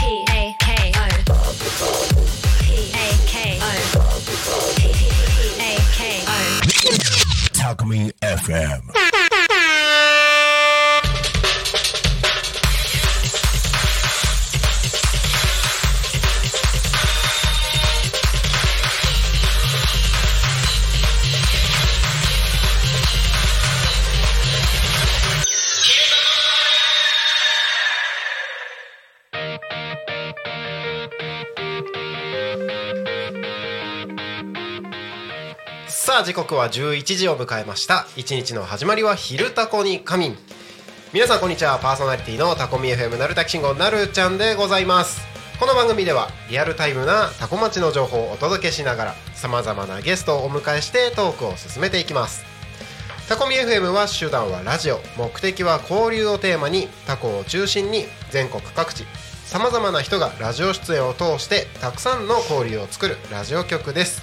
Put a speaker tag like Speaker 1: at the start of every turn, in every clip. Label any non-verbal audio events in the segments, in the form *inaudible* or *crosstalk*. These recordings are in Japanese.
Speaker 1: P A K O. P A K O. P A K O.
Speaker 2: Talk Me FM.
Speaker 3: 「さあ時刻は11時を迎えました一日の始まりは「昼タコに仮眠」皆さんこんにちはパーソナリティのタコミ FM なるたきしんごなるちゃんでございますこの番組ではリアルタイムなタコ町の情報をお届けしながらさまざまなゲストをお迎えしてトークを進めていきますタコミ FM は手段はラジオ目的は交流をテーマにタコを中心に全国各地さまざまな人がラジオ出演を通してたくさんの交流を作るラジオ局です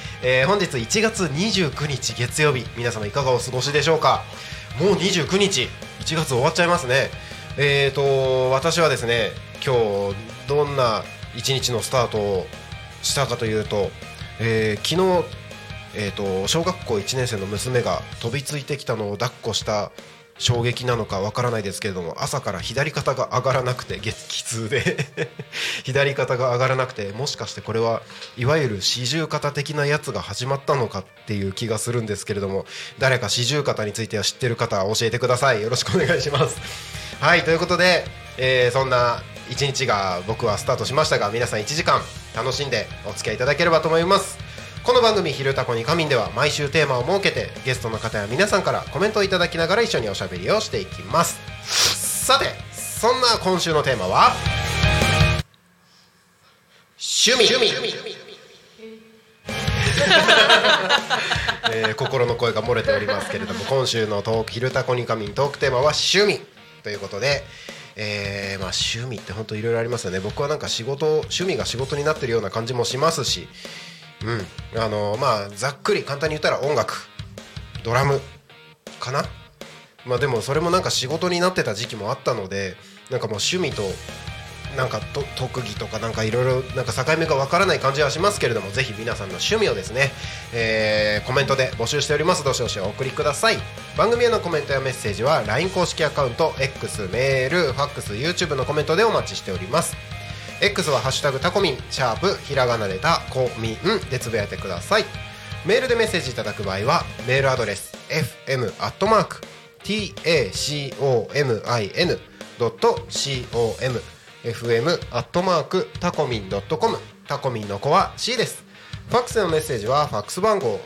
Speaker 3: えー本日1月29日月曜日皆様いかがお過ごしでしょうかもう29日1月終わっちゃいますねえーと私はですね今日どんな一日のスタートをしたかというと、えー昨日えー、と小学校1年生の娘が飛びついてきたのを抱っこした衝撃なのかわからないですけれども朝から左肩が上がらなくて激痛で *laughs* 左肩が上がらなくてもしかしてこれはいわゆる四十肩的なやつが始まったのかっていう気がするんですけれども誰か四十肩については知ってる方教えてくださいよろしくお願いします。 *laughs* はいということで、えーそんな一日が僕はスタートしましたが皆さん1時間楽しんでお付き合いいただければと思います。この番組「ひるたこに仮眠」では毎週テーマを設けてゲストの方や皆さんからコメントをいただきながら一緒におしゃべりをしていきますさてそんな今週のテーマは趣味えー心の声が漏れておりますけれども今週のトーク「ひるたこに仮眠」トークテーマは「趣味」ということで、えーまあ、趣味って本当いろいろありますよね僕はなんか仕事趣味が仕事になってるような感じもしますしうん、あのまあざっくり簡単に言ったら音楽ドラムかなまあでもそれもなんか仕事になってた時期もあったのでなんかもう趣味となんかと特技とかなんかいろいろなんか境目がわからない感じはしますけれどもぜひ皆さんの趣味をですね、えーコメントで募集しておりますどしどしお送りください番組へのコメントやメッセージは LINE 公式アカウント X メールファックス YouTube のコメントでお待ちしております X は「ハッシュタグタコミン」「シャープひらがなでタコミン」でつぶやいてくださいメールでメッセージいただく場合はメールアドレス fm.tacomin.com fm タコミン .com タコミンの子は C ですファックスのメッセージはファックス番号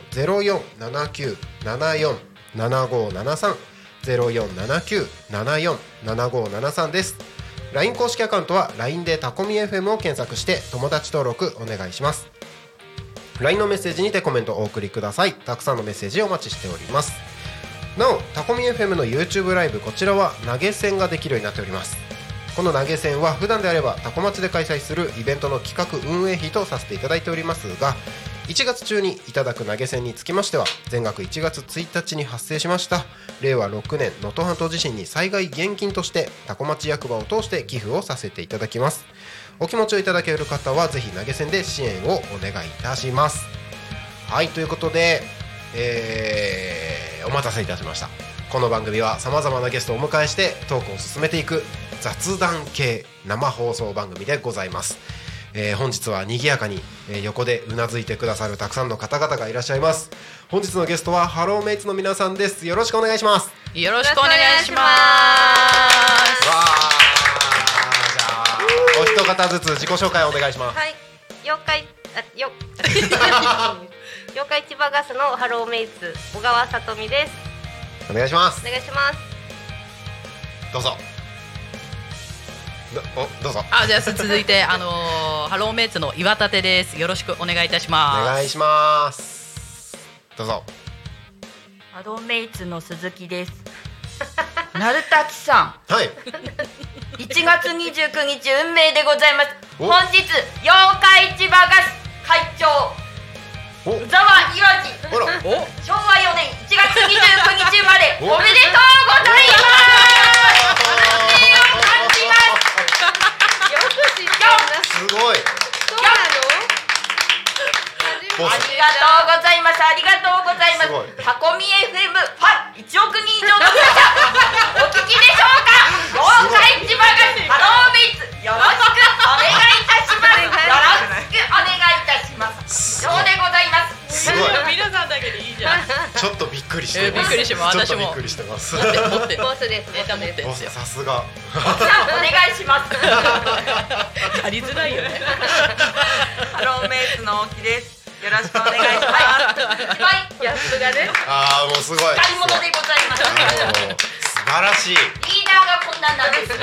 Speaker 3: 0479747573 0479747573です。LINE 公式アカウントは LINE でタコミ FM を検索して友達登録お願いします LINE のメッセージにてコメントをお送りくださいたくさんのメッセージをお待ちしておりますなおタコミ FM の YouTube ライブこちらは投げ銭ができるようになっておりますこの投げ銭は普段であればタコ町で開催するイベントの企画運営費とさせていただいておりますが1月中にいただく投げ銭につきましては全額1月1日に発生しました令和6年能登半島地震に災害現金としてタコ町役場を通して寄付をさせていただきますお気持ちをいただける方はぜひ投げ銭で支援をお願いいたしますはいということで、えーお待たせいたしましたこの番組はさまざまなゲストをお迎えしてトークを進めていく雑談系生放送番組でございます、えー本日は賑やかに、えー横でうなずいてくださるたくさんの方々がいらっしゃいます本日のゲストはハローメイツの皆さんですよろしくお願いします
Speaker 4: よろしくお願いします。
Speaker 3: わーじゃあお一方ずつ自己紹介をお願いします、
Speaker 5: はい、妖怪、あ、
Speaker 3: *laughs*
Speaker 5: よ。妖怪千葉ガスのハローメイツ、小川さとみです。
Speaker 3: お願いします
Speaker 5: お願いします。
Speaker 3: どうぞどおどうぞ
Speaker 4: あ、じゃあ続いてあのーハローメイツの岩立です。よろしくお願いいたし
Speaker 3: お
Speaker 4: ま
Speaker 3: 願いしますどうぞ
Speaker 6: ハローメイツの鈴木です。 *laughs* なるたきさ
Speaker 3: はい
Speaker 6: ん、1月29日運命でございます。
Speaker 3: お
Speaker 6: 本日妖怪市場ガス会長
Speaker 3: お
Speaker 6: 宇沢いわじ
Speaker 3: ほら
Speaker 4: す。お、
Speaker 6: 昭和4年1月29日生まれ
Speaker 3: お
Speaker 6: おめでとうござい
Speaker 3: す
Speaker 6: ます。
Speaker 3: ごい
Speaker 5: そうな
Speaker 3: ボ
Speaker 6: あ
Speaker 3: ス
Speaker 6: りがとうございます。ありがとうございます
Speaker 3: ごい
Speaker 6: す。タコミ FM ファン1億人以上の皆さん、お聞きでしょう
Speaker 3: ご
Speaker 6: か。
Speaker 3: い
Speaker 6: 妖怪千葉がハローメイツよろしくお願いいたします。よろしくお願いいたします。以上でございます。
Speaker 3: すごい
Speaker 4: 皆さんだけでいいじゃん。
Speaker 3: ちょっとびっくりして
Speaker 4: えーびっくりしてます
Speaker 3: ちょっと
Speaker 4: 私
Speaker 3: び
Speaker 4: も
Speaker 3: っくりしてます
Speaker 4: 持って
Speaker 5: の。ボスです。
Speaker 4: ネタ持ってん
Speaker 3: ボ
Speaker 4: です
Speaker 3: ス
Speaker 4: よ。
Speaker 3: さすが
Speaker 6: お願いします。
Speaker 4: やりづらいよね。
Speaker 7: ハローメイツの大木です。よろしくお願いし
Speaker 6: はい、はい、やっとがね、
Speaker 3: ああもうすごい
Speaker 6: 買い物でございます。
Speaker 3: もう素晴らしい
Speaker 6: リーダーがこんなんなんです。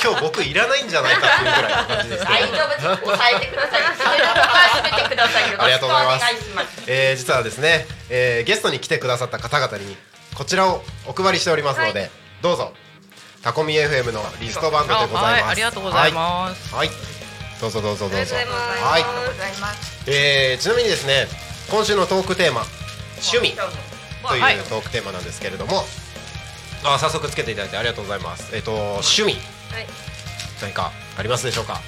Speaker 3: あーもう今日僕いらないんじゃないかっていうぐらいの感じですけど
Speaker 6: 大丈夫です。抑えてください。それだけは締めてください。よ
Speaker 3: あ
Speaker 6: ろ
Speaker 3: りが
Speaker 6: し
Speaker 3: とうご
Speaker 6: くお
Speaker 3: ざいま
Speaker 6: 願
Speaker 3: す
Speaker 6: いします。
Speaker 3: えー、実はですね、えー、ゲストに来てくださった方々にこちらをお配りしておりますので、どうぞタコミ FM のリストバンドでございます
Speaker 4: はい、ありがとうございます。
Speaker 3: はい、はいどうぞどうぞどうぞ
Speaker 5: ありがとうございます
Speaker 3: はい、
Speaker 7: ます。
Speaker 3: えー、ちなみにですね今週のトークテーマ「趣味」と
Speaker 4: はい
Speaker 3: いうトークテーマなんですけれども、あ早速つけていただいてありがとうございますえっ、と趣味
Speaker 5: はい、
Speaker 3: 何かありますでしょうか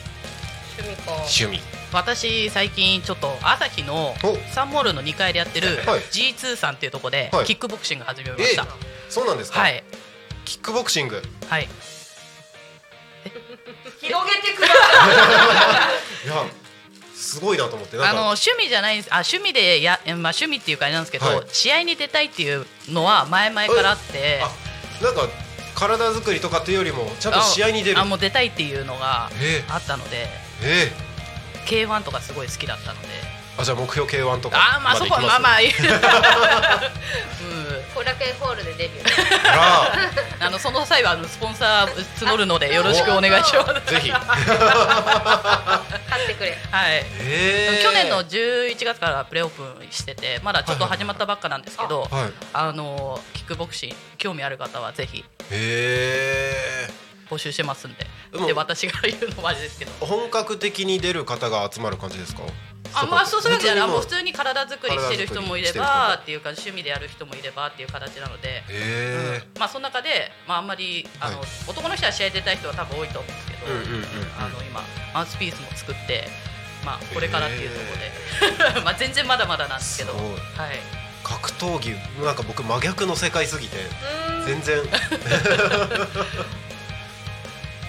Speaker 5: 趣味か。
Speaker 3: 趣味
Speaker 4: 私最近ちょっと朝日の
Speaker 3: お
Speaker 4: サンモールの2階でやってる
Speaker 3: はい
Speaker 4: G2 さんっていうとこで
Speaker 3: はい
Speaker 4: キックボクシング始めま
Speaker 3: え
Speaker 4: した。
Speaker 3: そうなんですか、
Speaker 4: はい
Speaker 3: キックボクシング
Speaker 4: はい。
Speaker 6: 広げてください。
Speaker 3: いやすごいなと思ってな
Speaker 4: あ
Speaker 3: ん
Speaker 4: の
Speaker 3: か
Speaker 4: 趣味じゃないんですあ趣味でや、えまあ、趣味っていうかあれなんですけど、
Speaker 3: はい
Speaker 4: 試合に出たいっていうのは前々からあって
Speaker 3: あなんか体作りとかというよりもちゃんと試合に出る
Speaker 4: あもう出たいっていうのが
Speaker 3: え
Speaker 4: あったので
Speaker 3: え
Speaker 4: k 1とかすごい好きだったので
Speaker 3: ーあじゃあ目標 K1 とか
Speaker 4: あーまあそこはまあまあ言う、
Speaker 5: 後楽園ホールでデビュー。
Speaker 3: あ
Speaker 4: うん、あのその際はあのスポンサー募るのでよろしくお願いします *laughs*
Speaker 3: らぜひ
Speaker 5: 勝ってくれ。
Speaker 4: はい
Speaker 3: えー
Speaker 4: 去年の11月からプレオープンしててまだちょっと始まったばっかなんですけど、
Speaker 3: はい
Speaker 4: あのキックボクシング興味ある方はぜひ
Speaker 3: え
Speaker 4: 募集してますんで、
Speaker 3: でも
Speaker 4: で私が言うのもあれですけど
Speaker 3: ー本格的に出る方が集まる感じですか
Speaker 4: あまあそうそういうんじゃないもう
Speaker 3: に
Speaker 4: 普
Speaker 3: も
Speaker 4: 通に体作りしてる人もいれ
Speaker 3: 体
Speaker 4: ばっていうか趣味でやる人もいればっていう形なので、
Speaker 3: え
Speaker 4: まあその中でまああんまりあの、
Speaker 3: はい
Speaker 4: 男の人は試合出たい人は多分多いと思うんですけど、
Speaker 3: うんうんうんうん
Speaker 4: あの今マウスピースも作ってまあこれからっていうところで、 *laughs* まあ全然まだまだなんですけど
Speaker 3: すごい
Speaker 4: はい
Speaker 3: ー格闘技なんか僕真逆の世界すぎて全然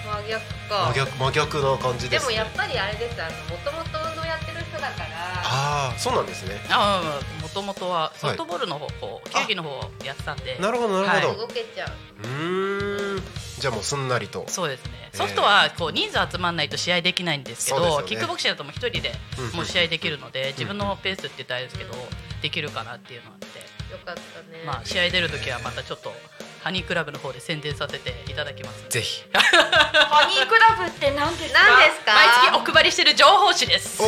Speaker 5: 真逆
Speaker 3: 真
Speaker 5: か。
Speaker 4: *laughs*
Speaker 3: 逆真逆な感じで
Speaker 5: ですも
Speaker 3: ね
Speaker 5: やっぱりあれです。あの、もともと運動やってる人だから。
Speaker 3: ああそうなんですね
Speaker 4: あもともとはソフトボールの方、こう球技の方をやってたんで
Speaker 3: なるほどなるほど、
Speaker 5: 動けちゃう。
Speaker 3: うーんじゃあもうすんなりと
Speaker 4: そうですね
Speaker 3: えー
Speaker 4: ソフトはこう人数集まらないと試合できないんですけ
Speaker 3: そうです
Speaker 4: ど
Speaker 3: よね
Speaker 4: キックボクシングだともう一人で
Speaker 3: うんうん
Speaker 4: もう試合できるので自分のペースって言ったらあれですけどできるかなっていうのがあって、
Speaker 5: よかったね。
Speaker 4: まあ、試合出るときはまたちょっとハニークラブの方で宣伝させていただきます
Speaker 3: ぜ
Speaker 5: *laughs*
Speaker 3: ひ
Speaker 6: ハニークラブって何ですか。
Speaker 5: 何ですか。
Speaker 4: 毎月お配りしてる情報誌です
Speaker 3: お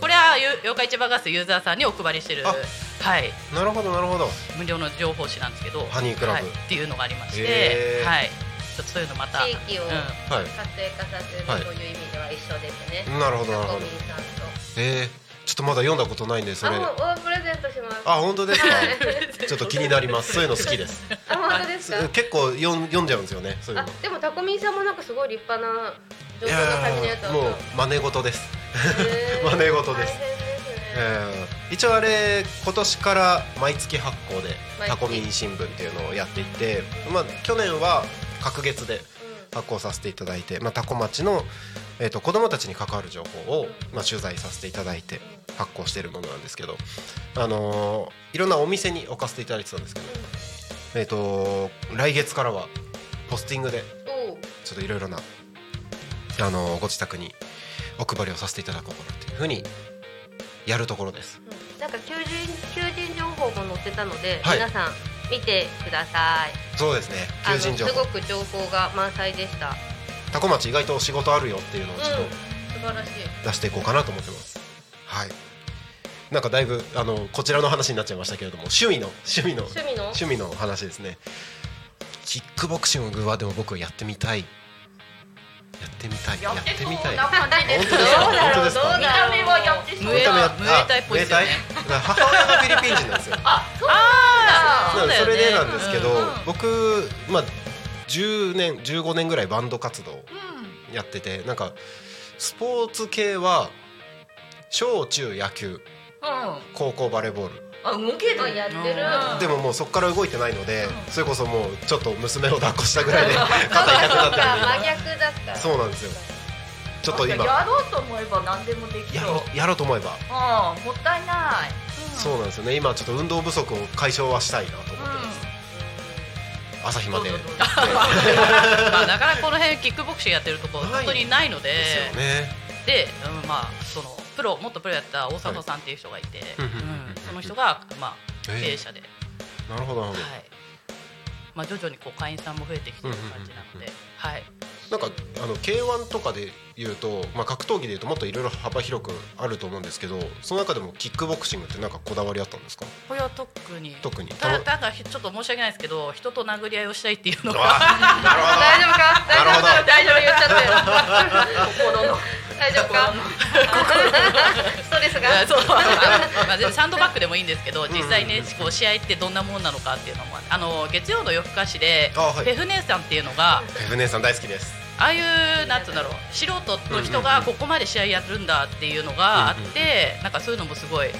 Speaker 4: これはゆ妖怪市場ガスユーザーさんにお配りしてる
Speaker 3: あ
Speaker 4: はい
Speaker 3: なるほどなるほど
Speaker 4: 無料の情報誌なんですけど
Speaker 3: ハニークラブ
Speaker 4: はいっていうのがありまして、
Speaker 3: へー
Speaker 4: はいちょっとそういうのまた
Speaker 5: 地域を
Speaker 4: うん
Speaker 3: はい
Speaker 5: 活性化させる
Speaker 3: はい
Speaker 5: という意味では一緒ですね。
Speaker 3: なるほどなるほど
Speaker 5: タコミンさんと。
Speaker 3: えー、ちょっとまだ読んだことないんでそ
Speaker 5: あ、
Speaker 3: れ
Speaker 5: もう、おプレゼントします。
Speaker 3: あ本当ですか
Speaker 5: はい
Speaker 3: ちょっと気になりますそういうの好きです
Speaker 5: あ、本当ですか。
Speaker 3: 結構読ん読んじゃうんですよねそういう
Speaker 5: あ
Speaker 3: の、
Speaker 5: でもタコミンさんもなんかすごい立派な
Speaker 3: い
Speaker 5: 上等
Speaker 3: や
Speaker 5: な感じのやつだ
Speaker 3: ーもう真似事です
Speaker 5: へー
Speaker 3: 真似事です
Speaker 5: 大変ですね。
Speaker 3: えー一応あれ今年から毎月発行で
Speaker 5: 毎
Speaker 3: タ
Speaker 5: 月
Speaker 3: コミン新聞っていうのをやっていて、まあ、去年は隔月で発行させていただいて、まあ、タコ町の、えー、と子どもたちに関わる情報を、まあ、取材させていただいて発行してるものなんですけど、あのーいろんなお店に置かせていただいてたんですけど、えー、と来月からはポスティングで
Speaker 5: おう
Speaker 3: ちょっといろいろな、あのーご自宅にお配りをさせていただこうかなっていうふうにやるところです。
Speaker 5: なんか求人求人情報も載ってたので、
Speaker 3: はい
Speaker 5: 皆さん見てください。
Speaker 3: そうですね
Speaker 5: あ
Speaker 3: 求人
Speaker 5: の
Speaker 3: 情
Speaker 5: すご
Speaker 3: 報
Speaker 5: く情報が満載でした。
Speaker 3: タコ町意外と仕事あるよっていうのをちょっ
Speaker 5: うん
Speaker 3: と
Speaker 5: 素晴らしい。
Speaker 3: 出していこうかなと思ってます、はいなんかだいぶあのこちらの話になっちゃいましたけれども趣味の趣味の
Speaker 5: 趣味の？
Speaker 3: 趣味の話ですねキックボクシングはでも僕はやってみたいやってみたいやってみたい
Speaker 6: な感じ
Speaker 3: 本
Speaker 6: です
Speaker 3: 当ですか
Speaker 5: どうだろう
Speaker 3: 本当です
Speaker 5: ど
Speaker 3: か
Speaker 6: 見た
Speaker 5: う
Speaker 6: 目はやってし
Speaker 4: ム
Speaker 6: ま
Speaker 4: エ
Speaker 6: う
Speaker 4: タ
Speaker 3: あ
Speaker 4: ムエタイっぽいですよね
Speaker 3: ムエタイだから母親がフィリピン人なんですよな
Speaker 4: そ
Speaker 3: の
Speaker 4: う
Speaker 3: で
Speaker 4: だ
Speaker 3: そ
Speaker 4: よね
Speaker 3: れでなんですけど、 *laughs*
Speaker 4: うん
Speaker 3: 僕、まあ、10年15年ぐらいバンド活動やってて、なんかスポーツ系は小中野球
Speaker 7: うん
Speaker 3: 高校バレーボール
Speaker 7: あ動け
Speaker 5: あ
Speaker 7: る
Speaker 5: やってる。
Speaker 7: うん
Speaker 3: でももうそこから動いてないので、それこそもうちょっと娘を抱っこしたぐらいで *laughs* 肩痛くなってるんで
Speaker 5: 真逆だった。
Speaker 3: 今そうなんですよちょっと今や
Speaker 6: やろうと思えば何でもできそう
Speaker 3: ろうやろうと思えば、
Speaker 6: うんもったいない
Speaker 3: そうなんですよね今ちょっと運動不足を解消はしたいなと思ってます、朝日まで、です
Speaker 4: まあ、なかなかこの辺キックボクシングやってるとこ
Speaker 3: ない
Speaker 4: 本当にないので
Speaker 3: よね、
Speaker 4: で、うん、まあそのプロもっとプロやった大里さんっていう人がいて、
Speaker 3: うん
Speaker 4: うんその人が、まあ、
Speaker 3: ええ
Speaker 4: 経営者で、
Speaker 3: なるほどなるほど、
Speaker 4: はいまあ、徐々にこう会員さんも増えてきてる感じな
Speaker 3: う
Speaker 4: ので、
Speaker 3: んうんうんう
Speaker 4: はい、
Speaker 3: なんかあの K1 とかで言うと、まあ、格闘技で言うともっといろいろ幅広くあると思うんですけどその中でもキックボクシングってなんかこだわりあったんですか
Speaker 4: これは特に
Speaker 3: 特に
Speaker 4: ただなんかちょっと申し訳ないですけど人と殴り合いをしたいっていう
Speaker 3: *laughs*
Speaker 4: のが
Speaker 3: あなるほ
Speaker 5: 大丈夫か？
Speaker 3: なるほど
Speaker 5: 大丈夫大丈夫言っちゃ
Speaker 3: *laughs*
Speaker 5: ったよ。大丈夫か？ストレスが。
Speaker 4: そう *laughs* まあ全然サンドバッグでもいいんですけど実際ねこう試合ってどんなもんなのかっていうのもあの月曜の夜更かしで
Speaker 3: あはい
Speaker 4: フェフ姉さんっていうのが
Speaker 3: どペフ姉さん大好きです
Speaker 4: ああいうなんつうんだろう素人の人がここまで試合やるんだっていうのがあってなんかそういうのもすごい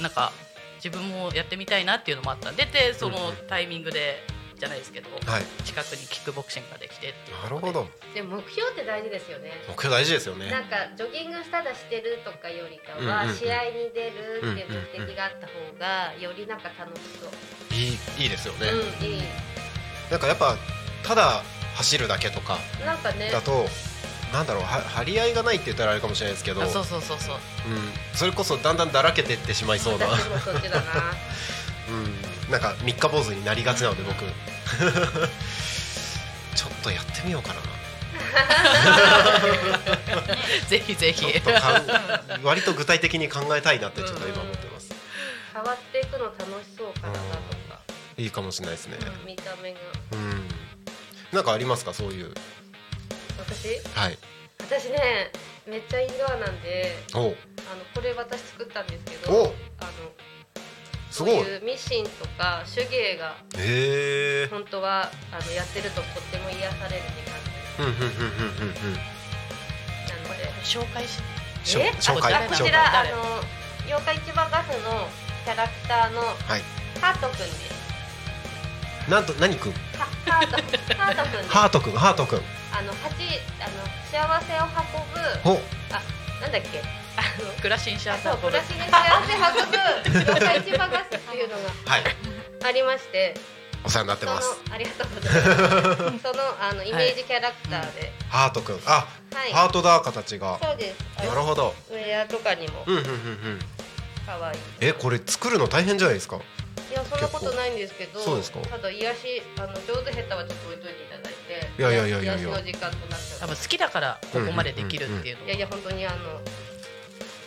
Speaker 4: なんか自分もやってみたいなっていうのもあったんででそのタイミングでじゃないですけど
Speaker 3: はい
Speaker 4: 近くにキックボクシングができてっていう
Speaker 3: なるほど
Speaker 5: でも目標って大事ですよね。
Speaker 3: 目標大事ですよね
Speaker 5: なんかジョギングしただしてるとかよりかは、
Speaker 3: うんうん
Speaker 5: 試合に出るっていう目的があった方がよりなんか楽しそう。
Speaker 3: いいいいですよね、
Speaker 5: うんいい。
Speaker 3: なんかやっぱただ走るだけとか
Speaker 5: なんかね。
Speaker 3: だとなんだろうは張り合いがないって言ったらあれかもしれないですけど
Speaker 4: あそうそうそうそう
Speaker 3: うん、それこそだんだんだらけてってしまいそうな、
Speaker 5: 私もそっちだな。
Speaker 3: *laughs* うん、なんか三日坊主になりがちなので僕 *laughs* ちょっとやってみようかな
Speaker 4: ぜひぜひ
Speaker 3: ちょっとかん割と具体的に考えたいなってちょっと今思ってます
Speaker 5: 変わっていくの楽しそう体とか、
Speaker 3: いいかもしれないですね
Speaker 5: 見た目が。
Speaker 3: うんなんかありますかそういう
Speaker 5: 私
Speaker 3: はい
Speaker 5: 私ねめっちゃインドアなんで、
Speaker 3: おう
Speaker 5: あのこれ私作ったんですけど、
Speaker 3: お
Speaker 5: あの
Speaker 3: す
Speaker 5: こう
Speaker 3: ごい
Speaker 5: いうミシンとか手芸が
Speaker 3: へえ
Speaker 5: 本当はあのやってるととっても癒されるって感
Speaker 3: うんうんうんうんうんうん
Speaker 5: じなので。
Speaker 4: 紹介し
Speaker 3: しょ
Speaker 5: え
Speaker 3: 紹介
Speaker 4: あ
Speaker 5: こ
Speaker 3: 紹
Speaker 5: ち
Speaker 3: 介
Speaker 5: らあ
Speaker 4: 誰
Speaker 5: の妖怪市場ガスのキャラクターの
Speaker 3: はい
Speaker 5: ハートくんです。
Speaker 3: なんと何くん
Speaker 5: ハハートハートくんです。
Speaker 3: ハートくんハートくん
Speaker 5: あの八あの幸せを運ぶ
Speaker 3: お
Speaker 5: あなんだっけあの
Speaker 4: 暮らしにしやすい
Speaker 5: そう暮らしに幸せ運ぶ妖怪市場ガスっていうの
Speaker 3: はい
Speaker 5: がありまして、
Speaker 3: お世話になって
Speaker 5: その
Speaker 3: ます
Speaker 5: ありがとうござい *laughs* ます。そのあのイメージキャラクターで、
Speaker 3: ハートくんあ、
Speaker 5: はい、
Speaker 3: ハートだ形が
Speaker 5: そうです。あ
Speaker 3: なる
Speaker 5: の
Speaker 3: ほど
Speaker 5: ウェアとかにも
Speaker 3: うんうんうんうん
Speaker 5: 可愛い。
Speaker 3: えこれ作るの大変じゃないですか
Speaker 5: いやそんなことないんですけど
Speaker 3: そうですか
Speaker 5: ただ癒しあの上手下手はちょっと置いといていただいて
Speaker 3: いやいやいやいやいや
Speaker 5: 癒しの時間となっち
Speaker 4: 多
Speaker 5: ゃ
Speaker 4: 分好きだからここまでできるっていうの
Speaker 5: ういやいや本当にあの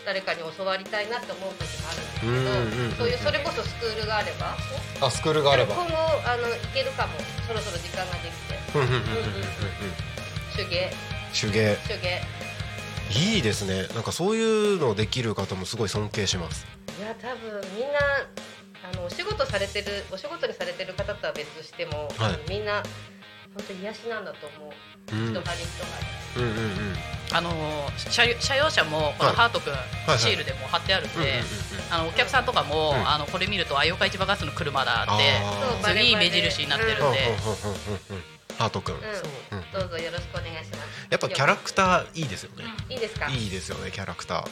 Speaker 5: 誰かに教わりたいなって思う時もあるん
Speaker 3: うんうんうんう
Speaker 5: で
Speaker 3: ん
Speaker 5: すけどそういうそれこそスクールがあれば
Speaker 3: あスクールがあれば
Speaker 5: 今後あのいけるかもそろそろ時間ができ
Speaker 3: う
Speaker 5: て
Speaker 3: んうんうんうんうんうん
Speaker 5: 手芸
Speaker 3: 手芸
Speaker 5: 手芸
Speaker 3: いいですねなんかそういうのできる方もすごい尊敬します
Speaker 5: いや多分みんなあのお仕事されてるお仕事にされてる方とは別しても、
Speaker 3: はい
Speaker 5: みんな本当に癒しなんだと思う
Speaker 3: うん
Speaker 5: 人がり人がり
Speaker 3: うんうんうん
Speaker 4: あのー車用車用車もこの
Speaker 3: はい
Speaker 4: ハートくん、
Speaker 3: い
Speaker 4: シールでも貼ってあるんで、
Speaker 3: うんうんうんうん
Speaker 4: あのお客さんとかも、
Speaker 3: うん
Speaker 4: あのこれ見るとあ妖怪市場ガスの車だって
Speaker 3: あ
Speaker 4: すごいいい目印になってるんで、
Speaker 3: うんうんうんうんうんハートくん
Speaker 5: うん
Speaker 3: うん
Speaker 5: どうぞよろしくお願いします
Speaker 3: やっぱキャラクターいいですよね
Speaker 5: いいですか
Speaker 3: いいですよねキャラクターい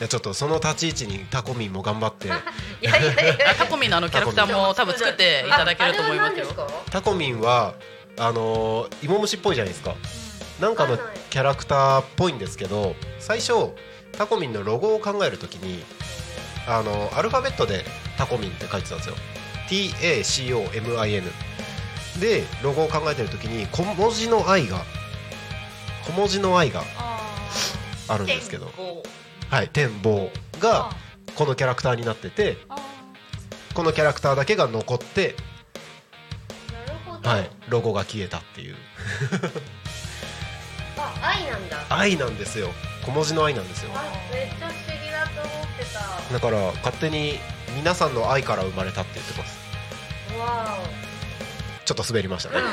Speaker 3: やちょっとその立ち位置にタコミンも頑張って
Speaker 5: いやいやいや
Speaker 4: あタコミンのあのキャラクターも多分作っていただけると思いますよ。
Speaker 5: ああれは何で
Speaker 3: タコミンはあのー、芋虫っぽいじゃないですかなんかの
Speaker 5: はいはい
Speaker 3: キャラクターっぽいんですけど最初タコミンのロゴを考えるときにあのーアルファベットでタコミンって書いてたんですよ TACOMIN でロゴを考えてるときに小文字の I が小文字の I があるんですけどはい展望がこのキャラクターになっててこのキャラクターだけが残って
Speaker 5: すかなるほど
Speaker 3: はい、ロゴが消えたっていう
Speaker 5: あ愛なんだ
Speaker 3: 愛なんですよ小文字の愛なんですよ
Speaker 5: あめっちゃ不思議だと思ってた
Speaker 3: だから勝手に皆さんの愛から生まれたって言ってます
Speaker 5: わ
Speaker 3: ちょっと滑りましたね
Speaker 6: ちょっ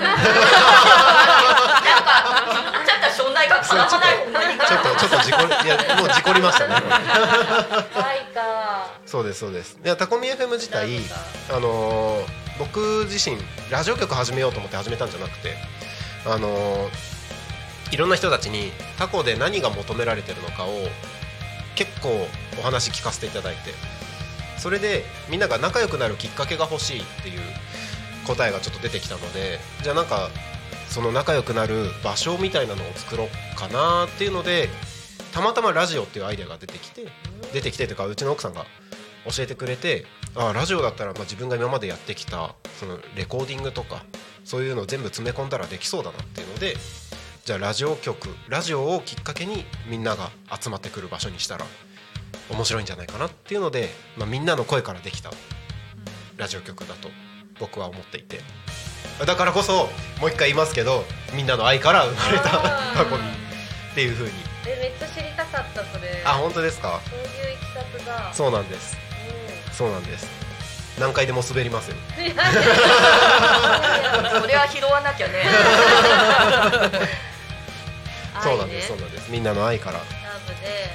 Speaker 6: と庄内
Speaker 3: *laughs*
Speaker 6: 学
Speaker 3: そう
Speaker 6: 話
Speaker 3: ちょ
Speaker 6: さ
Speaker 3: っ
Speaker 6: ない
Speaker 3: とちょっとちょっと事故りいやもう事故りましたね
Speaker 5: お愛か
Speaker 3: そうですそうですいやタコミ FM 自体
Speaker 5: なんか
Speaker 3: あのー僕自身ラジオ局始めようと思って始めたんじゃなくてあのーいろんな人たちにタコで何が求められてるのかを結構お話聞かせていただいてそれでみんなが仲良くなるきっかけが欲しいっていう答えがちょっと出てきたのでじゃあなんかその仲良くなる場所みたいなのを作ろうかなっていうのでたまたまラジオっていうアイデアが出てきて出てきてというかうちの奥さんが教えてくれてあラジオだったら、まあ、自分が今までやってきたそのレコーディングとかそういうのを全部詰め込んだらできそうだなっていうのでじゃあラジオ局ラジオをきっかけにみんなが集まってくる場所にしたら面白いんじゃないかなっていうので、まあ、みんなの声からできたラジオ局だと僕は思っていてだからこそもう一回言いますけどみんなの愛から生まれた
Speaker 5: あー
Speaker 3: タコミっていう風に
Speaker 5: えめっちゃ知りたかったそれ
Speaker 3: あ本当ですか
Speaker 5: そういういきさつが
Speaker 3: そうなんです
Speaker 5: う
Speaker 3: そうなんです何回でも滑りますよ *laughs*
Speaker 5: んいやいやいやいや
Speaker 6: それは拾わなきゃね。
Speaker 3: そうなんです、そうなんです。みんなの愛から。
Speaker 5: ラブで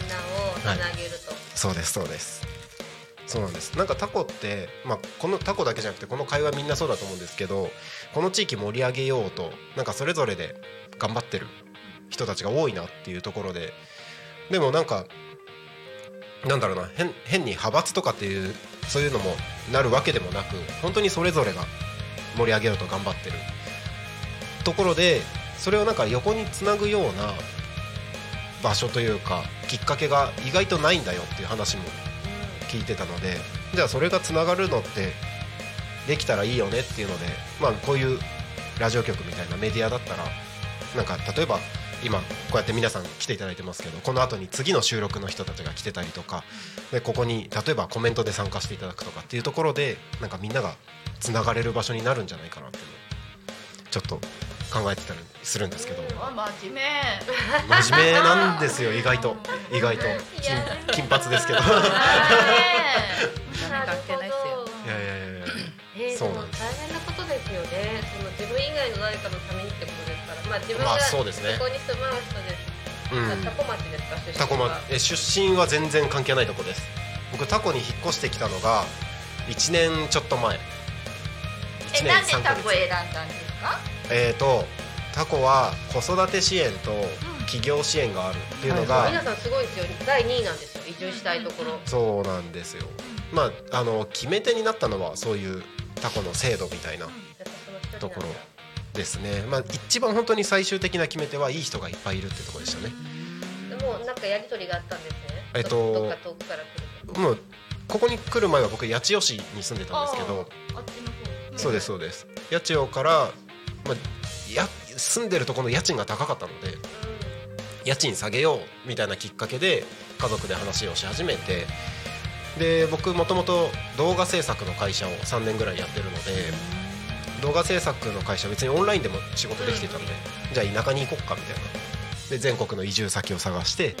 Speaker 5: みんなをつなげると、
Speaker 3: そうです、そうです。そうなんです。なんかタコって、まあ、このタコだけじゃなくて、この会話みんなそうだと思うんですけど。この地域盛り上げようと、なんかそれぞれで頑張ってる人たちが多いなっていうところで。でも、なんか。なんだろうな変変に派閥とかっていうそういうのもなるわけでもなく本当にそれぞれが盛り上げようと頑張ってるところでそれをなんか横につなぐような場所というかきっかけが意外とないんだよっていう話も聞いてたのでじゃあそれがつながるのってできたらいいよねっていうので、まあ、こういうラジオ局みたいなメディアだったらなんか例えば今こうやって皆さん来ていただいてますけどこの後に次の収録の人たちが来てたりとかでここに例えばコメントで参加していただくとかっていうところでなんかみんながつながれる場所になるんじゃないかなっていうのをちょっと考えてたりするんですけど。
Speaker 4: 真面目。
Speaker 3: 真面目なんです
Speaker 6: *laughs*
Speaker 3: よ意外と意外と金金髪ですけどい
Speaker 4: ダメ関係ないっすよ。
Speaker 3: やいやいやいや
Speaker 5: えー、
Speaker 3: そ
Speaker 5: で
Speaker 3: う
Speaker 5: も
Speaker 3: なんです
Speaker 5: 大変なことですよねその自分以外の誰かのためにってことですからまあ自分
Speaker 3: ま
Speaker 5: が
Speaker 3: あ
Speaker 5: そ
Speaker 3: そ
Speaker 5: こ
Speaker 3: うですね
Speaker 5: に住まう人です、
Speaker 3: うん
Speaker 5: タコ町ですか出身
Speaker 3: タコま
Speaker 5: は
Speaker 3: え出身は全然関係ないとこです僕タコに引っ越してきたのが1年ちょっと前
Speaker 6: え、
Speaker 3: 1
Speaker 6: な
Speaker 3: 年
Speaker 6: んで
Speaker 3: 3
Speaker 6: タ
Speaker 3: ヶ
Speaker 6: コ
Speaker 3: 月
Speaker 6: 選んだんですか？
Speaker 3: えっ、とタコは子育て支援と企業支援があるっていうのが、
Speaker 5: 皆さんすごいですよ第2位なんですよ移住したいところ、
Speaker 3: そうなんですよまああの決め手になったのはそういうタコの制度みたいなところですねまあ一番本当に最終的な決め手はいい人がいっぱいいるってところでしたね
Speaker 5: でもなんかやりとりがあったんですね
Speaker 3: えっと
Speaker 5: どっか遠くから来る
Speaker 3: もうここに来る前は僕八千代市に住んでたんですけどそうですそうです八千代から、まあ、や住んでるとこの家賃が高かったので家賃下げようみたいなきっかけで家族で話をし始めてで僕もともと動画制作の会社を3年ぐらいやってるので動画制作の会社別にオンラインでも仕事できてたのでじゃあ田舎に行こっかみたいなで全国の移住先を探して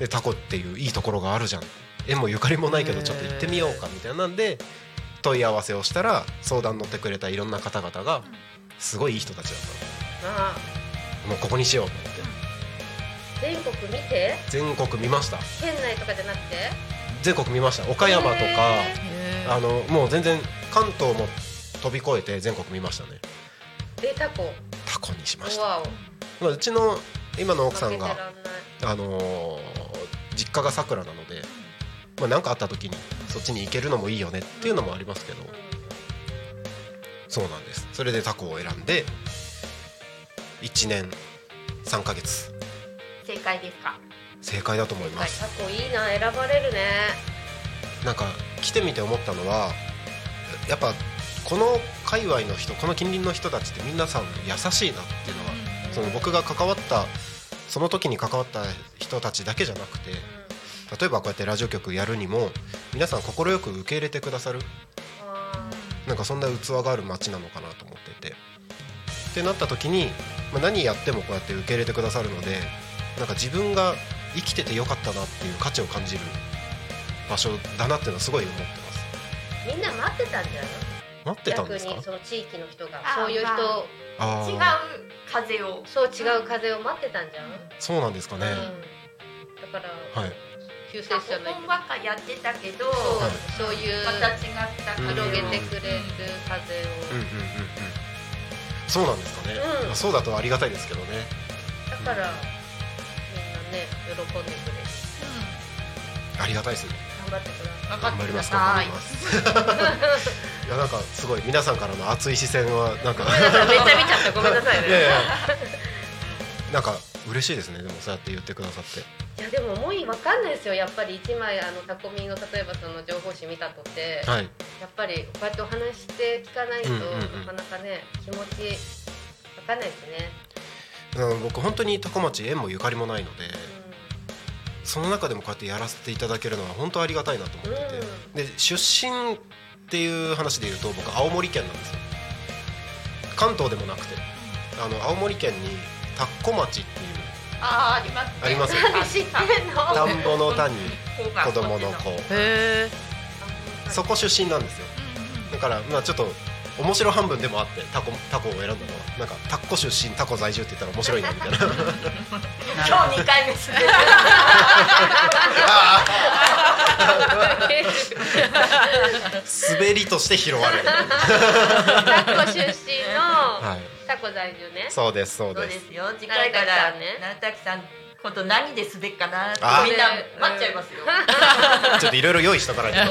Speaker 3: でタコっていういいところがあるじゃん縁もゆかりもないけどちょっと行ってみようかみたいなんで問い合わせをしたら相談乗ってくれたいろんな方々がすごいいい人たちだった
Speaker 5: まあ
Speaker 3: のもうここにしようと思って
Speaker 5: 全国見て
Speaker 3: 全国見ました
Speaker 5: 県内とかじゃなくて
Speaker 3: 全国見ました岡山とか
Speaker 5: へ
Speaker 3: あのもう全然関東も飛び越えて全国見ましたね
Speaker 5: でタコ
Speaker 3: タコにしまし
Speaker 5: ノ
Speaker 3: た
Speaker 5: アを
Speaker 3: まあうちの今の奥さ
Speaker 5: 負け
Speaker 3: ん
Speaker 5: てら
Speaker 3: が、
Speaker 5: んない
Speaker 3: あのー実家がさくらなのでまあ、なんかあった時にそっちに行けるのもいいよねっていうのもありますけどそうなんですそれでタコを選んで1年3ヶ月 *laughs*
Speaker 6: 正解ですか
Speaker 3: 正解だと思います
Speaker 5: タコいいな選ばれるね
Speaker 3: なんか来てみて思ったのはやっぱこの界隈の人この近隣の人たちって皆さん優しいなっていうのはその僕が関わったその時に関わった人たちだけじゃなくて例えばこうやってラジオ局やるにも皆さん快く受け入れてくださる
Speaker 5: あ
Speaker 3: なんかそんな器がある街なのかなと思ってて。ってなった時に、まあ、何やってもこうやって受け入れてくださるのでなんか自分が生きててよかったなっていう価値を感じる場所だなっていうのはすごい思ってます。
Speaker 5: ーみんな待ってたんじゃない
Speaker 3: 待ってたん
Speaker 5: 逆
Speaker 3: ですか
Speaker 5: にその地域の人が
Speaker 6: あー
Speaker 5: そういう人
Speaker 6: まあ
Speaker 5: を
Speaker 3: あ
Speaker 6: 違う
Speaker 3: あ
Speaker 6: 風を
Speaker 5: そう違う風を待ってたんじゃん、
Speaker 3: そうなんですかね、
Speaker 5: うん、だから
Speaker 3: はい
Speaker 5: 救世
Speaker 6: なん
Speaker 5: 主じゃな
Speaker 6: か本
Speaker 5: いけど
Speaker 6: ばっかやってたけど
Speaker 3: はい
Speaker 5: そうそういう
Speaker 6: また違った風
Speaker 5: 広
Speaker 6: を
Speaker 5: げてくれる
Speaker 3: うん
Speaker 5: 風
Speaker 3: うん
Speaker 5: を
Speaker 3: うんうんそうなんですかね、
Speaker 5: うん
Speaker 3: まあそうだとありがたいですけどね
Speaker 5: だからみんなね喜んでく
Speaker 3: *laughs*
Speaker 5: れる
Speaker 3: ありがたいですね
Speaker 5: 頑張ってください
Speaker 3: 頑張ります頑張りますいやなんかす *laughs* ごい皆さんからの熱い視線はなん
Speaker 5: *laughs*
Speaker 3: か
Speaker 5: だからめっちゃ見ちゃったごめんなさいね
Speaker 3: いや *laughs* いやなんか嬉しいですねでもそうやって言ってくださって
Speaker 5: いやでも思いわかんないですよやっぱり一枚あのタコミの例えばその情報誌見たとって、
Speaker 3: はい
Speaker 5: やっぱりこうやってお話して聞かないと、
Speaker 3: うんうんうん
Speaker 5: なかなかね気持ちわかんないですね、
Speaker 3: うん僕本当に高町縁もゆかりもないので
Speaker 5: う
Speaker 3: その中でもこうやってやらせていただけるのは本当ありがたいなと思ってて、で出身っていう話で言うと僕青森県なんですよ関東でもなくてあの青森県に田子町っていう
Speaker 6: あーありますね
Speaker 3: あります *laughs* よ
Speaker 6: 何知ってんの
Speaker 3: 田んぼの田に
Speaker 7: 効果
Speaker 3: 子供の子
Speaker 4: へえ
Speaker 3: そこ出身なんですよだからまあちょっと面白半分でもあってタコタコを選んだのはなんかタッコ出身タコ在住って言ったら面白いなみ
Speaker 5: *laughs*
Speaker 3: たいな
Speaker 6: 今日二回目する
Speaker 3: 滑りとして拾われる
Speaker 5: ん、タコ出身の
Speaker 3: はい
Speaker 5: タコ在住ね
Speaker 3: そうですそう
Speaker 6: そう
Speaker 3: で
Speaker 6: ですすよ次回から
Speaker 5: 成田さんね
Speaker 6: 成田さん今度何ですべっかなって
Speaker 3: あー
Speaker 6: みんな待っちゃいますよ
Speaker 3: ちょっといろいろ用意したからに
Speaker 6: *laughs*
Speaker 5: *laughs*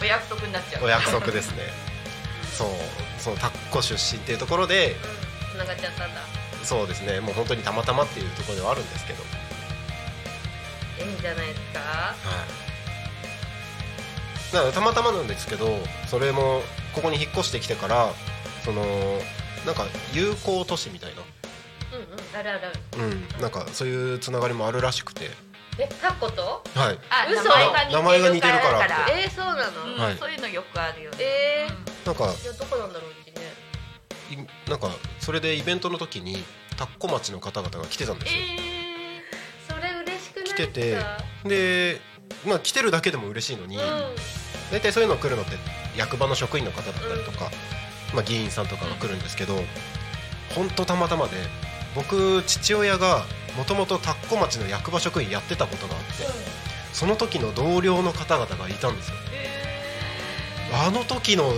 Speaker 6: お約束になっちゃう
Speaker 3: お約束ですねそうそのタッコ出身っていうところで
Speaker 5: つながっちゃったんだ
Speaker 3: そうですねもう本当にたまたまっていうところではあるんですけど、
Speaker 5: いいんじゃないですか
Speaker 3: はい、なのでたまたまなんですけどそれもここに引っ越してきてからそのなんか友好都市みたい
Speaker 5: うんうんあるある
Speaker 3: な、うん、なんかそういうつながりもあるらしくて、
Speaker 5: えタコと
Speaker 3: はい、
Speaker 6: あ
Speaker 5: 嘘
Speaker 3: 名前が似てるから
Speaker 5: えー、そうなの、
Speaker 3: はい
Speaker 6: うんそういうのよくあるよねう
Speaker 5: え
Speaker 6: ん
Speaker 3: なんか
Speaker 5: ー、いやどこなんだろううち
Speaker 3: い
Speaker 5: ね
Speaker 3: なんかそれでイベントの時に田子町の方々が来てたんですよ。
Speaker 5: えー、それ嬉しくないです
Speaker 3: 来
Speaker 5: か
Speaker 3: ててで、まあ、来てるだけでも嬉しいのに、
Speaker 5: うん
Speaker 3: 大体そういうの来るのって役場の職員の方だったりとか、まあ、議員さんとかが来るんですけど本当たまたまで僕父親がもともと田子町の役場職員やってたことがあって、その時の同僚の方々がいたんですよ。あの時の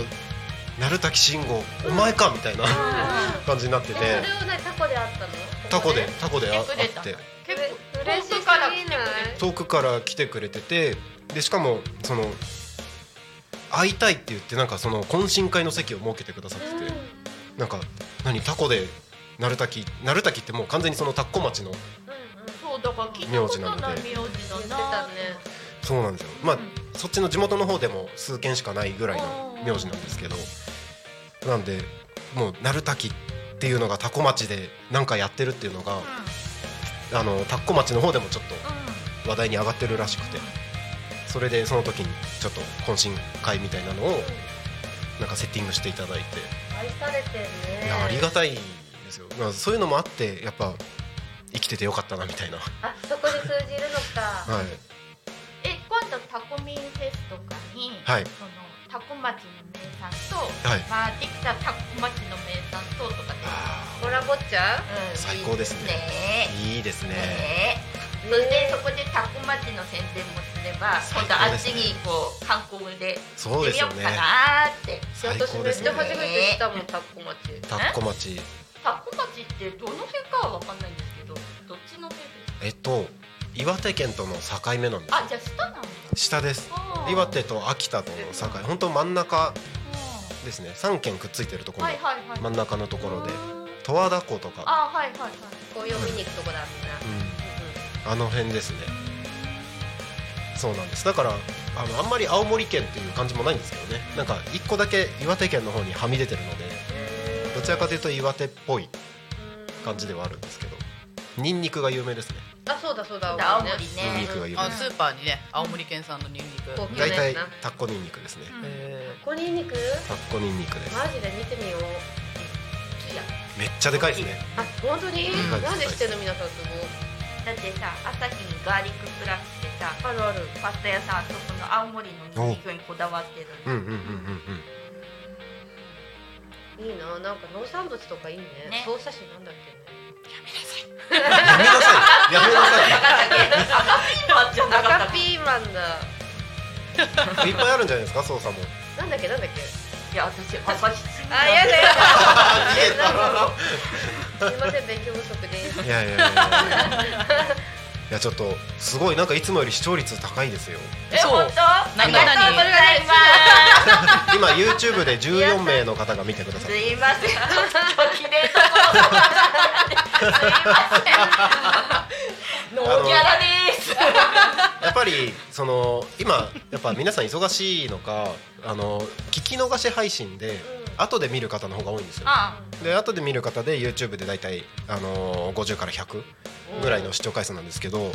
Speaker 3: 鳴滝慎吾お前かみたいな *laughs* 感じになってて
Speaker 5: えそれをねタコであったの
Speaker 3: タコで
Speaker 5: こ
Speaker 3: タコでああ
Speaker 6: 来てくれた
Speaker 3: って
Speaker 5: こねう
Speaker 6: 構
Speaker 5: れ嬉しすぎ
Speaker 6: 遠くから
Speaker 5: な
Speaker 6: 来てくれ
Speaker 5: い
Speaker 3: 遠くから来てくれててでしかもその会いたいって言ってなんかその懇親会の席を設けてくださってて、なんか何タコで鳴滝鳴滝ってもう完全にその田子町の
Speaker 6: そうだから聞いたことない名字
Speaker 5: 言って
Speaker 6: だ
Speaker 5: た
Speaker 6: な
Speaker 5: ね
Speaker 3: そうなんですよまあ、そっちの地元の方でも数軒しかないぐらいの名字なんですけどなんでもう鳴滝っていうのが田子町でなんかやってるっていうのが、あの田子町の方でもちょっと話題に上がってるらしくてそれでその時にちょっと懇親会みたいなのをなんかセッティングしていただいて
Speaker 5: 愛されてるね
Speaker 3: いやありがたいですよまあそういうのもあってやっぱ生きててよかったなみたいな、は
Speaker 5: あそこで通じるのか
Speaker 3: い、
Speaker 6: え今度タコミンフェスとかに、
Speaker 3: はい
Speaker 6: そのタコ町の名産と、
Speaker 3: はい
Speaker 6: まあできたタコ町の名産ととかで
Speaker 3: あ
Speaker 5: コラボっちゃ
Speaker 6: う
Speaker 5: う
Speaker 6: ん
Speaker 3: 最高ですね
Speaker 6: ね
Speaker 3: ーいいです
Speaker 6: え
Speaker 3: ね
Speaker 6: ねえそしてそこでタコ町の宣伝もすれば
Speaker 3: 最高
Speaker 6: 今度あ
Speaker 3: で
Speaker 6: っち
Speaker 3: すね
Speaker 6: にこう観光で
Speaker 3: そう
Speaker 6: 行っ
Speaker 3: で
Speaker 6: て
Speaker 3: す
Speaker 6: みよ
Speaker 3: よ
Speaker 6: う
Speaker 3: ね
Speaker 6: かなーって
Speaker 3: 最高です
Speaker 5: で
Speaker 3: ね
Speaker 5: 初めて知ったもんタッコ町
Speaker 3: タッコ町
Speaker 6: タコ町ってどの辺かは分かんないんですけどどっちの辺ですか
Speaker 3: えっと岩手県との境目なんです
Speaker 6: あじゃあ下なんだ
Speaker 3: 下です
Speaker 6: あー
Speaker 3: 岩手と秋田との境本当真ん中ですね3県くっついてるとこ
Speaker 6: う
Speaker 3: ろ
Speaker 6: ん
Speaker 3: の
Speaker 6: はいはいはい
Speaker 3: 真ん中のところで
Speaker 6: うん
Speaker 3: 十和田湖とか
Speaker 6: あはいはいはい
Speaker 5: 紅葉見に行くとこだみんな
Speaker 3: うんあの辺ですねそうなんですだからあのあんまり青森県っていう感じもないんですけどねなんか一個だけ岩手県の方にはみ出てるのでどちらかというと岩手っぽい感じではあるんですけどニンニクが有名ですね
Speaker 5: あそうだそうだ
Speaker 6: 青森ね
Speaker 3: ニンニクが有
Speaker 4: あ
Speaker 3: 名
Speaker 4: スーパーにね青森県産のニンニク
Speaker 5: 高級な
Speaker 3: 大
Speaker 5: や
Speaker 3: 体
Speaker 5: つな
Speaker 3: タッコニンニクですね
Speaker 4: え
Speaker 5: ここに肉
Speaker 3: タッコニンニクです
Speaker 5: マジで見てみよう
Speaker 3: めっちゃでかいですね
Speaker 5: あ本当に
Speaker 3: うん
Speaker 5: なんで知ってんの皆さんすご
Speaker 6: だってさ朝日にガーリックプラスでさ
Speaker 5: いあるある
Speaker 6: パスタ屋さんあそこの青森の肉にこだわってる
Speaker 3: うんうんう
Speaker 6: の
Speaker 3: んうん
Speaker 5: いいななんか農産物とかいいね
Speaker 6: ね
Speaker 5: 操作士なんだっけ
Speaker 3: うんやめなさいやめなさ *laughs*
Speaker 6: じゃ
Speaker 5: ね赤ピーマンだ
Speaker 3: いいっぱいあるんじゃないですか操作も
Speaker 5: なんだっけなんだっけ
Speaker 6: いや私私
Speaker 5: あやだや
Speaker 3: あ逃げた
Speaker 7: *laughs*
Speaker 5: だすいません勉強不足です
Speaker 3: いやいやいやいやいやちょっとすごいなんかいつもより視聴率高いですよ *laughs*
Speaker 4: えそう
Speaker 6: あ
Speaker 4: 何
Speaker 6: りがとうご
Speaker 4: 何
Speaker 6: ざいま
Speaker 3: 今 YouTube で14名の方が見てくださ
Speaker 6: す
Speaker 3: って
Speaker 6: すいませんちょっと綺麗
Speaker 7: *laughs*
Speaker 6: なことすいませんノーギャラです
Speaker 3: やっぱりその今やっぱ皆さん忙しいのかあの聞き逃し配信で後で見る方の方が多いんですよ
Speaker 6: あ
Speaker 3: で後で見る方で YouTube で大体、あのー50から100ぐらいの視聴回数なんですけど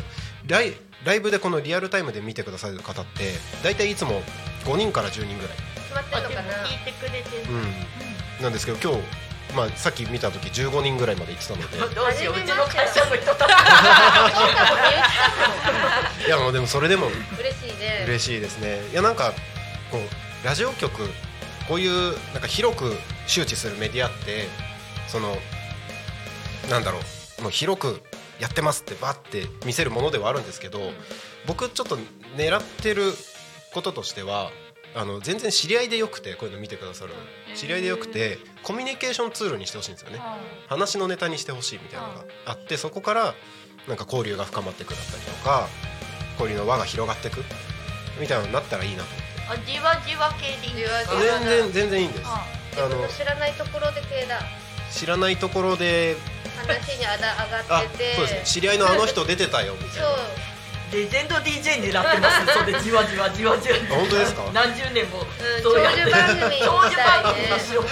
Speaker 3: ライライブでこのリアルタイムで見てくださる方って大体いつも5人から10人ぐらい
Speaker 5: 決まってんのかな *laughs*
Speaker 6: 聞いてくれてる
Speaker 3: うん、なんですけど今日、まあ、さっき見た時15人ぐらいまで行ってたので
Speaker 6: どうしよううちの会社の人たち
Speaker 3: いやもうでもそれでも
Speaker 5: 嬉しいね
Speaker 3: 嬉しいですねいやなんかこうラジオ局こういうなんか広く周知するメディアってそのなんだろうもう広くやってますってバッて見せるものではあるんですけど、僕ちょっと狙ってることとしてはあの全然知り合いでよくてこういうの見てくださるの知り合いでよくてコミュニケーションツールにしてほしいんですよね。話のネタにしてほしいみたいなのがあってそこからなんか交流が深まってくだったりとか交流の輪が広がってくみたいなのになったらいいなと
Speaker 6: あじわじわ系でいいですか
Speaker 5: じわじわ
Speaker 3: 全然全然いいんですあ
Speaker 5: 自分
Speaker 3: の
Speaker 5: の知らないところで系だ
Speaker 3: 知らないところで
Speaker 5: 話にあだ上が
Speaker 3: あ
Speaker 5: ってて
Speaker 3: そうですね知り合いのあの人出てたよみたい
Speaker 5: そう
Speaker 3: な
Speaker 7: レジェンド DJ 狙ってますそれじわじわじわじわ
Speaker 3: あ本当ですか
Speaker 7: 何十年も
Speaker 5: うん
Speaker 7: どうやっ
Speaker 5: 長
Speaker 7: て
Speaker 5: 寿番組みたいね
Speaker 7: 長寿番組にしよ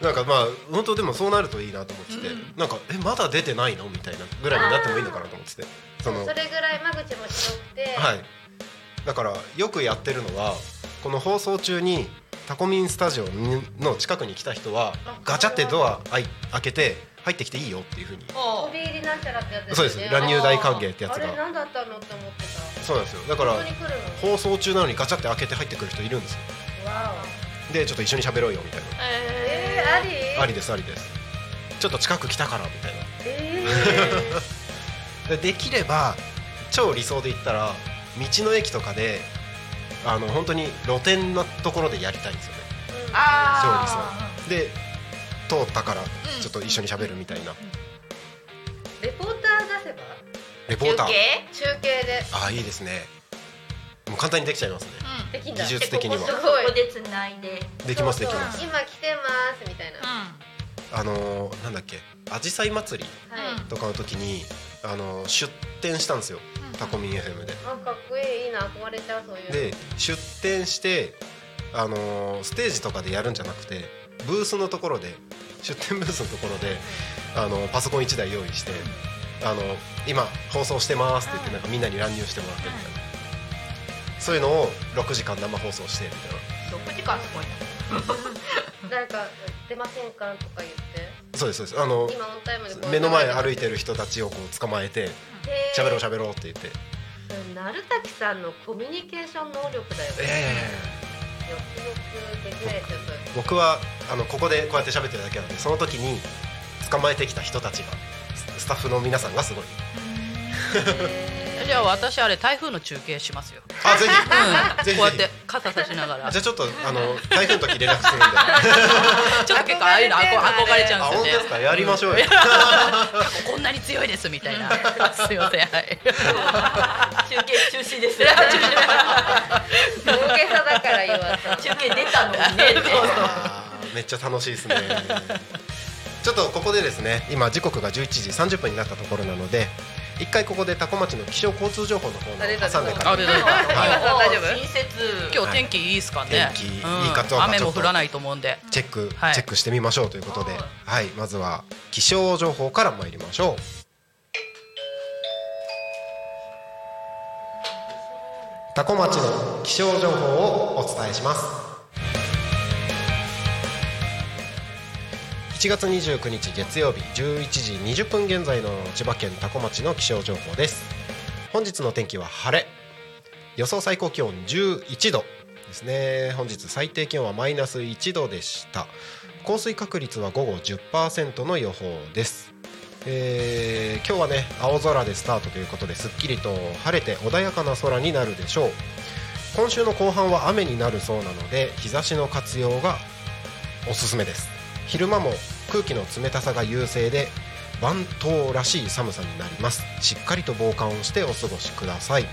Speaker 7: う
Speaker 3: なんかまあ本当でもそうなるといいなと思ってて、なんかえまだ出てないのみたいなぐらいになってもいいのかなと思っててそ
Speaker 5: うん
Speaker 3: の
Speaker 5: それぐらい間口も広くて
Speaker 3: はい、だからよくやってるのはこの放送中にタコミンスタジオの近くに来た人はガチャってドア開い開けて入ってきていいよっていうふうに
Speaker 5: 飛び入りなんちゃらってやつだよね
Speaker 3: そうです乱入大歓迎ってやつ
Speaker 5: あれ
Speaker 3: が
Speaker 5: 何だったのって思ってた
Speaker 3: そうなんですよだか
Speaker 5: 本
Speaker 3: ら
Speaker 5: 当に来るの
Speaker 3: 放送中なのにガチャって開けて入ってくる人いるんですよ
Speaker 5: わ
Speaker 3: でちょっと一緒に喋ろうよみたい
Speaker 6: え
Speaker 5: おえーあり
Speaker 3: なありですありですちょっと近く来たからみたいな
Speaker 5: え
Speaker 3: でできれば超理想で言ったら道の駅とかであの本当に露店のところでやりたいんですよね
Speaker 5: ー
Speaker 3: 勝利
Speaker 6: あ
Speaker 3: さんで通ったからちょっと一緒に喋るみたいな、
Speaker 5: レポーター出せば
Speaker 3: レポーター
Speaker 5: 中継で
Speaker 3: ああいいですねもう簡単にできちゃいますね、
Speaker 5: できんだ
Speaker 3: 技術的には
Speaker 6: そここでつないで
Speaker 3: できますで
Speaker 5: そう
Speaker 3: き
Speaker 5: そう
Speaker 3: ます
Speaker 5: 今来てますみたいな、
Speaker 3: あのーなんだっけあじさい祭り
Speaker 5: はい
Speaker 3: とかの時にあのー出店したんですよタコミン FM で
Speaker 5: あかっこいいいいな憧れちゃうそういうの
Speaker 3: で出店してあのーステージとかでやるんじゃなくてブースのところで出店ブースのところであのーパソコン1台用意してあのー今放送してますって言ってなんかみんなに乱入してもらってみたいなそういうのを6時間生放送してみたいな
Speaker 6: 6時間すごいな
Speaker 5: 誰か出ませんかとか言っ
Speaker 3: そうですそうですあの
Speaker 5: て今オンタイムでこう
Speaker 3: 目の前歩いてる人たちをこう捕まえて
Speaker 5: へー
Speaker 3: 喋ろう喋ろうって言って
Speaker 5: なるたきさんのコミュニケーション能力だよ
Speaker 3: いやいやいやいや
Speaker 5: よくよくできないちょっと
Speaker 3: 僕はあのここでこうやって喋ってるだけなのでその時に捕まえてきた人たちがススタッフの皆さんがすごい
Speaker 4: じゃあ私あれ台風の中継しますよ。
Speaker 3: あ
Speaker 5: *laughs*
Speaker 3: ぜ
Speaker 4: うん、
Speaker 3: ひぜひ
Speaker 4: こうやって傘差しながら。
Speaker 3: あ
Speaker 4: ち
Speaker 3: じ
Speaker 4: ょ
Speaker 3: *laughs* ゃあちょっとあの台風の時連絡するんで
Speaker 4: *laughs* っと結構ああいうの憧憧れち
Speaker 3: あ
Speaker 4: ゃう
Speaker 3: 本
Speaker 4: ん
Speaker 3: 当
Speaker 4: で
Speaker 3: ですす
Speaker 4: よ
Speaker 3: か
Speaker 4: ね。
Speaker 3: やりましょうよ
Speaker 4: こんなに強いですみ
Speaker 3: *laughs*
Speaker 4: たいな。あすいませんはい。
Speaker 6: 中継中止です。
Speaker 5: 大げさだから言わさ
Speaker 6: 中継出たのに
Speaker 4: *laughs*
Speaker 6: ね。
Speaker 3: あーめっちゃ楽しいですねちょっとここでですね今時刻が11時30分になったところなので一回ここで多古町の気象交通情報の方も挟んでから
Speaker 4: あれだ。今さん大丈夫？
Speaker 6: 親切。
Speaker 4: 今日天気いいですかね。
Speaker 3: 天気いい
Speaker 4: うん
Speaker 3: かとは
Speaker 4: 雨も降らないと思う
Speaker 6: *laughs*
Speaker 4: んで。
Speaker 3: チェック、
Speaker 4: はい
Speaker 3: チェックしてみましょうということで、はい、まずは気象情報から参りましょう。タコ町の気象情報をお伝えします。1月29日月曜日11時20分現在の千葉県タコ町の気象情報です。本日の天気は晴れ。予想最高気温11度ですね本日最低気温はマイナス1度でした降水確率は午後10%の予報です、えー今日はね青空でスタートということですっきりと晴れて穏やかな空になるでしょう今週の後半は雨になるそうなので日差しの活用がおすすめです昼間も空気の冷たさが優勢で暖冬らしい寒さになりますしっかりと防寒をしてお過ごしください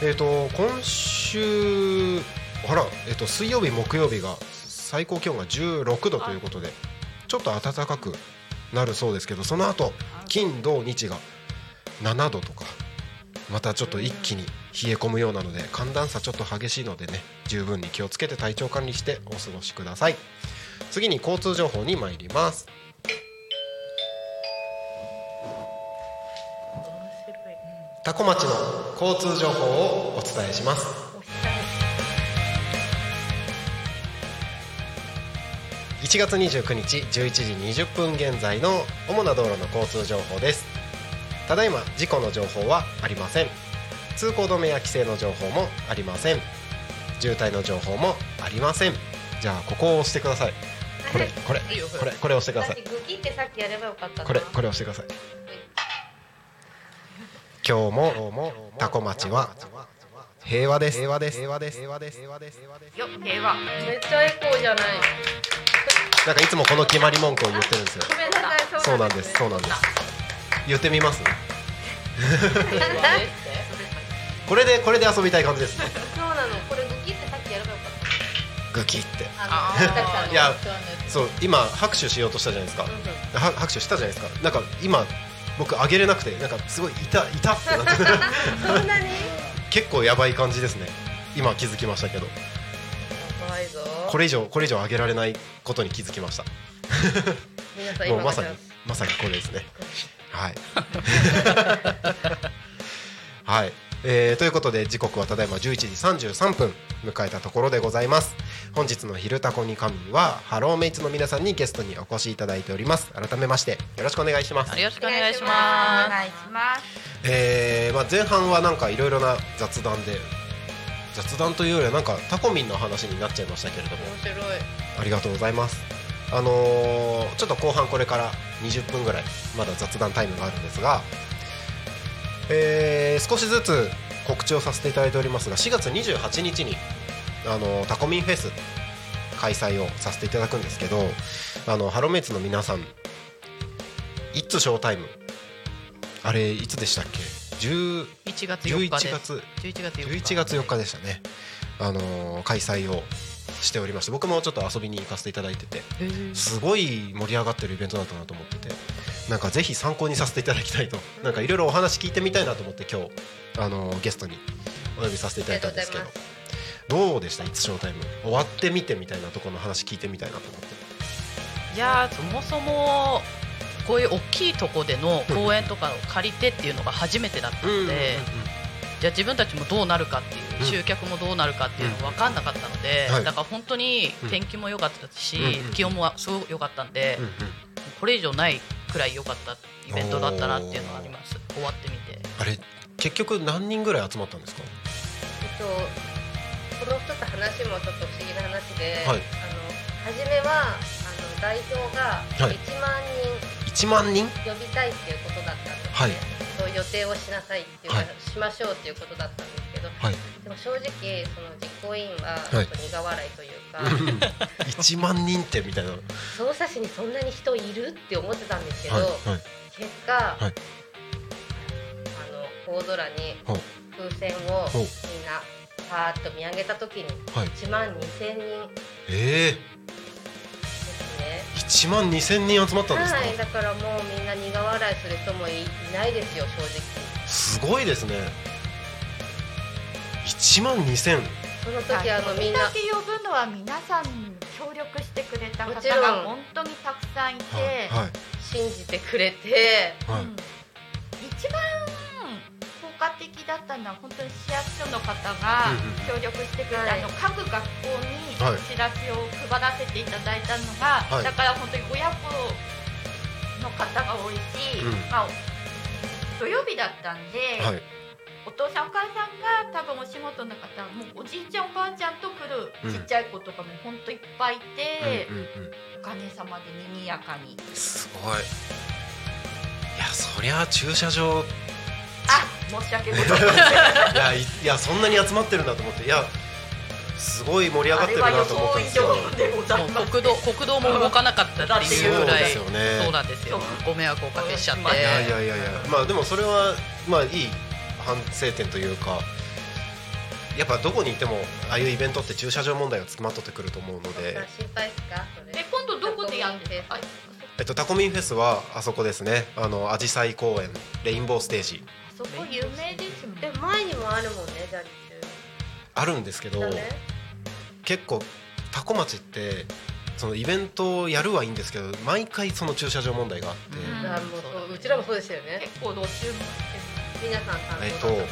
Speaker 3: えー、と今週あら、えー、と水曜日、木曜日が最高気温が16度ということでちょっと暖かくなるそうですけどその後金、土、日が7度とかまたちょっと一気に冷え込むようなので寒暖差ちょっと激しいのでね十分に気をつけて体調管理してお過ごしください次に交通情報に参りますタコ町の交通情報をお伝えします1月29日11時20分現在の主な道路の交通情報ですただいま事故の情報はありません通行止めや規制の情報もありません渋滞の情報もありませんじゃあここを押してくださいこれこれこれこれ押してください
Speaker 5: 私グキってさっきやればよかったな
Speaker 3: これこれ押してください今日もタコ町は平和です平和です平和です平和です平和です
Speaker 6: よ平和。
Speaker 5: めっちゃエコーじゃない
Speaker 3: なんかいつもこの決まり文句を言ってるんですよ
Speaker 5: ごめんなさい
Speaker 3: そうなんですそうなんです言ってみますこれでこれで遊びたい感じですね
Speaker 5: そうなのこれグキってさっきやればよかっ
Speaker 3: グキって
Speaker 5: たあのたきさんの
Speaker 3: いやそう今拍手しようとしたじゃないですかは拍手したじゃないですかなんか今僕上げれなくてなんかすごい痛痛って *laughs* なって
Speaker 5: そんなに
Speaker 3: *laughs* 結構やばい感じですね今気づきましたけど
Speaker 5: 怖いぞ
Speaker 3: これ以上これ以上上げられないことに気づきました
Speaker 5: 皆さん
Speaker 3: も
Speaker 5: 今
Speaker 3: うまさに
Speaker 5: から
Speaker 3: まさにこれです *laughs* ね。はい。はい。えーということで時刻はただいま11時33分迎えたところでございます本日の「昼タコに神」はハローメイツの皆さんにゲストにお越しいただいております改めましてよろしくお願いします
Speaker 4: よろしくお願いしま
Speaker 6: 願いします。
Speaker 3: えーまあ、前半はなんかいろいろな雑談で雑談というよりはなんかタコミンの話になっちゃいましたけれども
Speaker 4: す。面白い。
Speaker 3: ありがとうございます。あのーちょっと後半これから20分ぐらいまだ雑談タイムがあるんですが、えー少しずつ告知をさせていただいておりますが4月28日に、あのータコミンフェス開催をさせていただくんですけどあのハロメイツの皆さん「イッツショータイム」あれいつでしたっけ10
Speaker 4: 一月四日
Speaker 3: 11
Speaker 4: で。
Speaker 3: 月
Speaker 4: 十一月4日。
Speaker 3: 11月4日でしたね、あのー開催をしておりまして僕もちょっと遊びに行かせていただいてて
Speaker 4: へー。
Speaker 3: すごい盛り上がってるイベントだったなと思っててなんかぜひ参考にさせていただきたいと *laughs* なんかいろいろお話聞いてみたいなと思って今日、あのーゲストにお呼びさせていただいたんですけど
Speaker 5: ありがと
Speaker 3: どうでした「いつショータイム」終わってみてみたいなところの話聞いてみたいなと思って
Speaker 4: いやーそもそもこういう大きいとこでの公園とかを借りてっていうのが初めてだったので、じゃあ自分たちもどうなるかっていう、
Speaker 3: うん
Speaker 4: 集客もどうなるかっていうのが分かんなかったので、
Speaker 3: うんはい
Speaker 4: だから本当に天気も良かったし、
Speaker 3: うん
Speaker 4: 気温もすごく良かったんで、
Speaker 3: うんうん
Speaker 4: これ以上ないくらい良かったイベントだったなっていうのはあります終わってみて
Speaker 3: あれ結局何人ぐらい集まったんですか
Speaker 5: えっとこの一つ話もちょっと不思議な話で、
Speaker 3: はい
Speaker 5: あの初めはあの代表が
Speaker 3: はい
Speaker 5: 1万
Speaker 3: 1万人
Speaker 5: 人呼びたいっていうことだったんですね、
Speaker 3: はい
Speaker 5: そういう予定をしなさいっていう、
Speaker 3: はい
Speaker 5: しましょうっていうことだったんですけど、
Speaker 3: はい
Speaker 5: でも正直その実行委員はちょ
Speaker 3: はい
Speaker 5: っと苦笑いというか、
Speaker 3: *laughs* 1万人ってみたいなはい
Speaker 5: 捜査士にそんなに人いるって思ってたんですけど、
Speaker 3: はい
Speaker 5: 結果、
Speaker 3: はい
Speaker 5: あの大空に
Speaker 3: ほう
Speaker 5: 風船を
Speaker 3: ほう
Speaker 5: みんなパーッと見上げた時に
Speaker 3: はい
Speaker 5: 1万2000人
Speaker 3: え
Speaker 5: ですね。
Speaker 3: え1万2千人集まったんですか、
Speaker 5: はい、だからもうみんな苦笑いする人もいいないですよ正直
Speaker 3: すごいですね1万2千
Speaker 5: その時あのみんな
Speaker 6: だけ呼ぶのは皆さん協力してくれた方
Speaker 5: もちろ
Speaker 6: が
Speaker 5: ん
Speaker 6: 本当にたくさんいて、
Speaker 3: はいはい
Speaker 5: 信じてくれて
Speaker 3: はい、
Speaker 6: うん一番効果的だったのは本当に市役所の方が
Speaker 3: うんうん
Speaker 6: 協力してくれ
Speaker 5: は
Speaker 6: た、あ
Speaker 5: い
Speaker 6: の各学校に
Speaker 3: はい
Speaker 6: チラシを配らせていただいたのが、
Speaker 3: はい
Speaker 6: だから本当に親子の方が多いし、
Speaker 3: うん
Speaker 6: まあ、土曜日だったんで、
Speaker 3: はい
Speaker 6: お父さんお母さんが多分お仕事の方もうおじいちゃんおばあちゃんと来る
Speaker 3: うん
Speaker 6: ちっちゃい子とかも本当いっぱいいて、
Speaker 3: うんうんうん
Speaker 6: おかげさまで賑やかに。
Speaker 3: すごいいやそりゃ駐車場
Speaker 6: あ申し訳ございません
Speaker 3: いやいいやそんなに集まってるんだと思っていやすごい盛り上がってるなと思ったんですけど
Speaker 6: でござ
Speaker 4: も
Speaker 6: いま
Speaker 3: *laughs*
Speaker 4: う
Speaker 6: す。
Speaker 4: 国道国道も動かなかったっていうぐらい
Speaker 3: そうですよね
Speaker 4: そうなんですよご迷惑をおかけしちゃって
Speaker 3: いやいやいやいやまあでもそれはまあいい反省点というかやっぱどこにいてもああいうイベントって駐車場問題がつきまとってくると思うので
Speaker 5: あ心配っすかそ
Speaker 6: え
Speaker 5: れ
Speaker 6: 今度どこでやるんですか。あ
Speaker 3: えっとタコミンフェスはあそこですねあの紫陽花公園レインボーステージ
Speaker 6: そこ有名ですもん。
Speaker 5: で前にもあるもんねジャリ
Speaker 3: あるんですけど
Speaker 5: 中だね
Speaker 3: 結構タコ町ってそのイベントをやるはいいんですけど毎回その駐車場問題があって、
Speaker 4: うん
Speaker 5: あもうそううちらもそうでしたよね
Speaker 6: 結構路中も
Speaker 5: 皆さん担当
Speaker 3: えっ
Speaker 5: だった
Speaker 3: と
Speaker 5: から、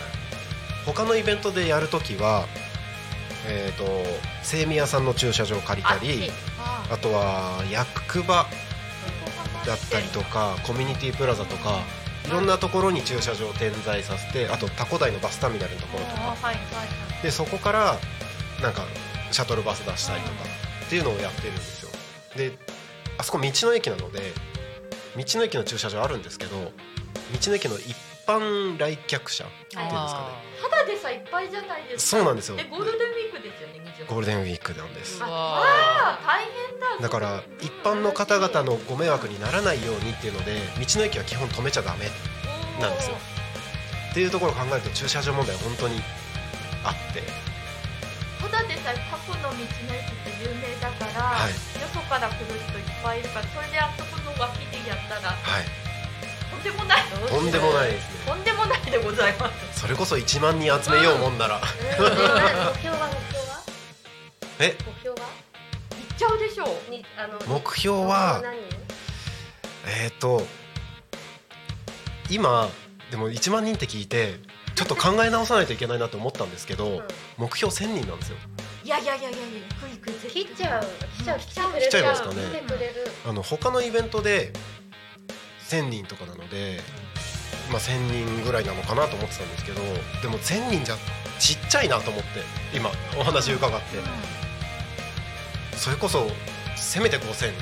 Speaker 3: 他のイベントでやるときは、えっと精密屋さんの駐車場を借りたりあとは役場だったりとかコミュニティプラザとかいろんなところに駐車場を点在させてあとタコ台のバスターミナルのところとか
Speaker 6: はいはい
Speaker 3: でそこからなんかシャトルバス出したりとかっていうのをやってるんですよであそこ道の駅なので道の駅の駐車場あるんですけど道の駅の一般来客者っていうんですかね
Speaker 6: ただでさいっぱいじゃないですか。
Speaker 3: そうなんですよ
Speaker 6: でゴールデンウィークですよね。
Speaker 3: ゴールデンウィークなんです
Speaker 4: うわ
Speaker 6: あ大変だ。
Speaker 3: だから一般の方々のご迷惑にならないようにっていうので道の駅は基本止めちゃダメなんですよっていうところを考えると駐車場問題は本当にあって
Speaker 6: ただでさえ過去の道の駅って有名だから、
Speaker 3: はい
Speaker 6: よそから来る人いっぱいいるからそれであそこの脇でやったら
Speaker 3: はい
Speaker 6: とんでもない
Speaker 3: とんでもないですね
Speaker 6: とんでもないでございます。
Speaker 3: それこそ1万人集めようもんなら
Speaker 5: うんでな目標は目標は
Speaker 3: え
Speaker 5: 目標は
Speaker 6: 行っちゃうでしょう。
Speaker 5: にあの
Speaker 3: 目標は
Speaker 5: 何
Speaker 3: えっ、と今でも1万人って聞いてちょっと考え直さないといけないなと思ったんですけど、
Speaker 5: ん
Speaker 3: 目標1000人なんですよ
Speaker 6: いやいやいやいやいや、クイクイ絶対
Speaker 5: 切っちゃう来ちゃう来ちゃう
Speaker 3: 来ちゃいますかね
Speaker 5: 来てくれる
Speaker 3: あの他のイベントで1000人とかなので、まあ、1000人ぐらいなのかなと思ってたんですけどでも1000人じゃちっちゃいなと思って今お話伺って、それこそせめて5000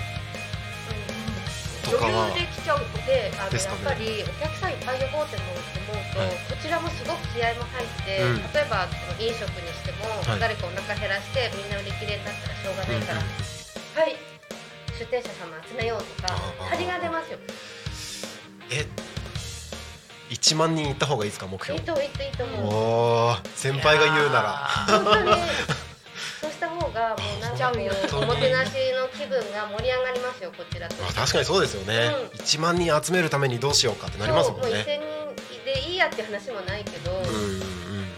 Speaker 3: とかは
Speaker 5: 余裕で来ちゃうのであの
Speaker 3: ですかね
Speaker 5: やっぱりお客さんいっぱい呼ぼうって思うと、
Speaker 3: はい
Speaker 5: こちらもすごく気合も入って、
Speaker 3: うん
Speaker 5: 例えばその飲食にしても、
Speaker 3: はい
Speaker 5: 誰かお腹減らしてみんな売り切れになったらしょうがないから、はい出店者様集めようとか
Speaker 3: ああ
Speaker 5: 張りが出ますよ
Speaker 3: え1万人行った方がいいですか目
Speaker 5: いい
Speaker 3: 標
Speaker 5: といいといいと思う
Speaker 3: おー先輩が言うなら
Speaker 4: ら
Speaker 5: 本
Speaker 3: *laughs*
Speaker 5: 当にそうした方がもうなんかこうおもてなしの気分が盛り上がりますよこちらと
Speaker 3: まあ確かにそうですよね、
Speaker 5: う
Speaker 3: 1万人集めるためにどうしようかってなりますもん
Speaker 5: そうもう
Speaker 3: ね
Speaker 5: 1000人でいいやって話もないけど、あ
Speaker 3: うんうん
Speaker 5: の
Speaker 3: うん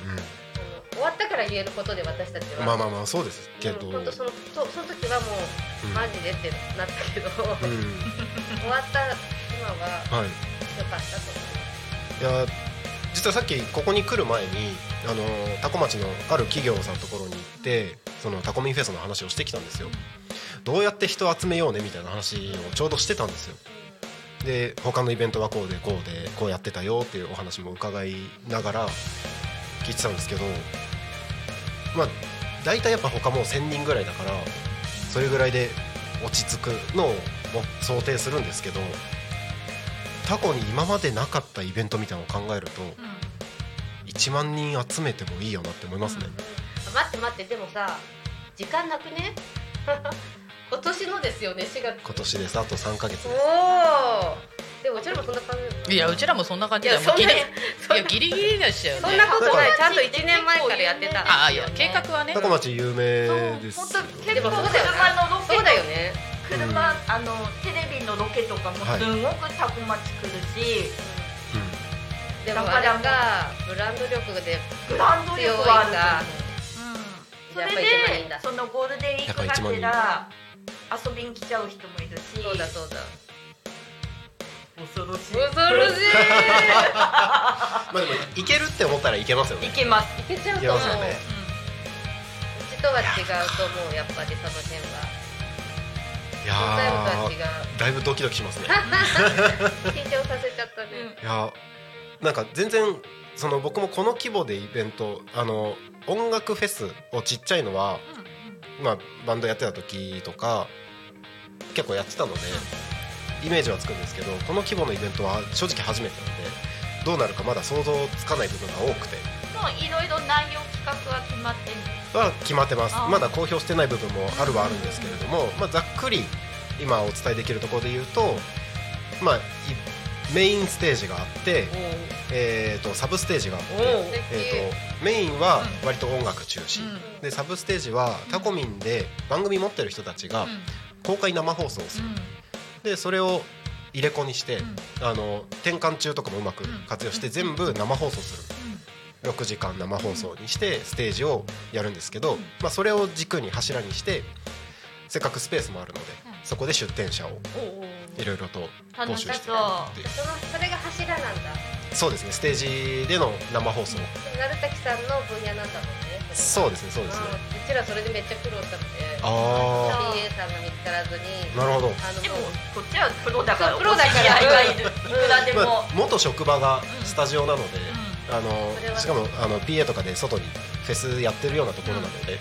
Speaker 5: 終わったから言えることで私たち
Speaker 3: う
Speaker 5: は、
Speaker 3: んまあまあまあそうですけど、う
Speaker 5: う
Speaker 3: んん
Speaker 5: ほんとそのとその時はもう、
Speaker 3: うん
Speaker 5: マジでってなったけど、終わった今は
Speaker 3: はい
Speaker 5: 良かったと
Speaker 3: いや実はさっきここに来る前にあのタコ町のある企業さんのところに行ってそのタコミンフェスの話をしてきたんですよどうやって人を集めようねみたいな話をちょうどしてたんですよで他のイベントはこうでこうでこうやってたよっていうお話も伺いながら聞いてたんですけどまあ大体やっぱ他もう1,000人ぐらいだからそれぐらいで落ち着くのをも想定するんですけど過去に今までなかったイベントみたいなのを考えると1万人集めてもいいよなって思いますね。
Speaker 5: 待って待ってでもさ時間なくね *laughs* 今年のですよね4月
Speaker 3: 今年ですあと3ヶ月です
Speaker 5: おおでもうちらもそんな感じ
Speaker 4: いやうちらもそんな感
Speaker 5: い
Speaker 4: じだ
Speaker 5: や
Speaker 4: よ
Speaker 5: そんな
Speaker 4: ギリい
Speaker 5: そん
Speaker 4: や
Speaker 5: な
Speaker 4: ギリギリでしたよ
Speaker 5: そん
Speaker 4: ね
Speaker 5: なことないちゃんと1年前からやってたん
Speaker 4: ああい
Speaker 5: です
Speaker 4: や
Speaker 5: よね
Speaker 4: 計画はね
Speaker 3: タコ町有名です
Speaker 6: 本
Speaker 3: よ
Speaker 6: 当
Speaker 5: で
Speaker 6: 結
Speaker 5: も
Speaker 6: 構
Speaker 5: そうだよね
Speaker 6: 車のロケ
Speaker 5: そうだよね
Speaker 6: 車、
Speaker 3: うん
Speaker 6: あのテレビのロケとかもす
Speaker 3: はい
Speaker 6: ごくタコ町来るし、
Speaker 5: でもあれがブランド力で
Speaker 6: ブランド力
Speaker 5: 強い
Speaker 6: はあ
Speaker 5: が
Speaker 6: ると
Speaker 5: やっ
Speaker 6: 思う、
Speaker 5: ぱ
Speaker 6: それ
Speaker 5: 一番いいん
Speaker 6: で
Speaker 5: だ
Speaker 6: そのゴールデンウィーク
Speaker 3: やっぱ一番い
Speaker 6: が
Speaker 3: い
Speaker 6: てら遊びに来ちゃう人もいるし
Speaker 5: そうだそうだ
Speaker 6: 恐ろしい
Speaker 5: 恐ろしい
Speaker 3: まあでもいけるって思ったらいけますよね
Speaker 6: 行けます、
Speaker 5: いけちゃう
Speaker 3: いけ
Speaker 5: と
Speaker 3: ま
Speaker 5: 思う
Speaker 3: すよね
Speaker 5: うちとは違うと思うやっぱりその辺は
Speaker 3: いや
Speaker 5: そのタイムとは違う
Speaker 3: ーだいぶドキドキしますね
Speaker 5: 緊張させちゃったね、
Speaker 6: うん
Speaker 3: いやーなんか全然その僕もこの規模でイベントあの音楽フェスをちっちゃいのは、まあ、バンドやってた時とか結構やってたのでイメージはつくんですけどこの規模のイベントは正直初めてなんでどうなるかまだ想像つかない部分が多くて
Speaker 6: もういろいろ内容企画は決まってる
Speaker 3: は決まってます
Speaker 6: あー
Speaker 3: まだ公表してない部分もあるはあるんですけれども、まあ、ざっくり今お伝えできるところで言うと、まあ、いメインステージがあって、えー、とサブステージがあって、
Speaker 5: で
Speaker 3: えー、とメインは割と音楽中心、でサブステージはタコミンで番組持ってる人たちが公開生放送をする、でそれを入れ子にして、あの転換中とかもうまく活用して全部生放送する、6時間生放送にしてステージをやるんですけど、まあ、それを軸に柱にしてせっかくスペースもあるので、そこで出店者をいろいろと募集してるっていう
Speaker 5: そのそれが柱なんだ
Speaker 3: そうですねステージでの生放送、
Speaker 5: でも鳴滝さんの分野なんだもんねう
Speaker 3: そうですねそうですね
Speaker 5: あーうちらそれでめっちゃ苦労したので
Speaker 3: あ
Speaker 5: PA さんが見つからずに
Speaker 3: あなるほど
Speaker 5: あの
Speaker 6: でも
Speaker 5: もう
Speaker 6: こっちはプロだから
Speaker 5: そうプロだか
Speaker 6: お
Speaker 5: ら
Speaker 6: 知り合いがいるいくらでも、
Speaker 3: まあ、元職場がスタジオなので、あ
Speaker 5: それは
Speaker 3: の
Speaker 5: ね
Speaker 3: しかもあの PA とかで外にフェスやってるようなところなので、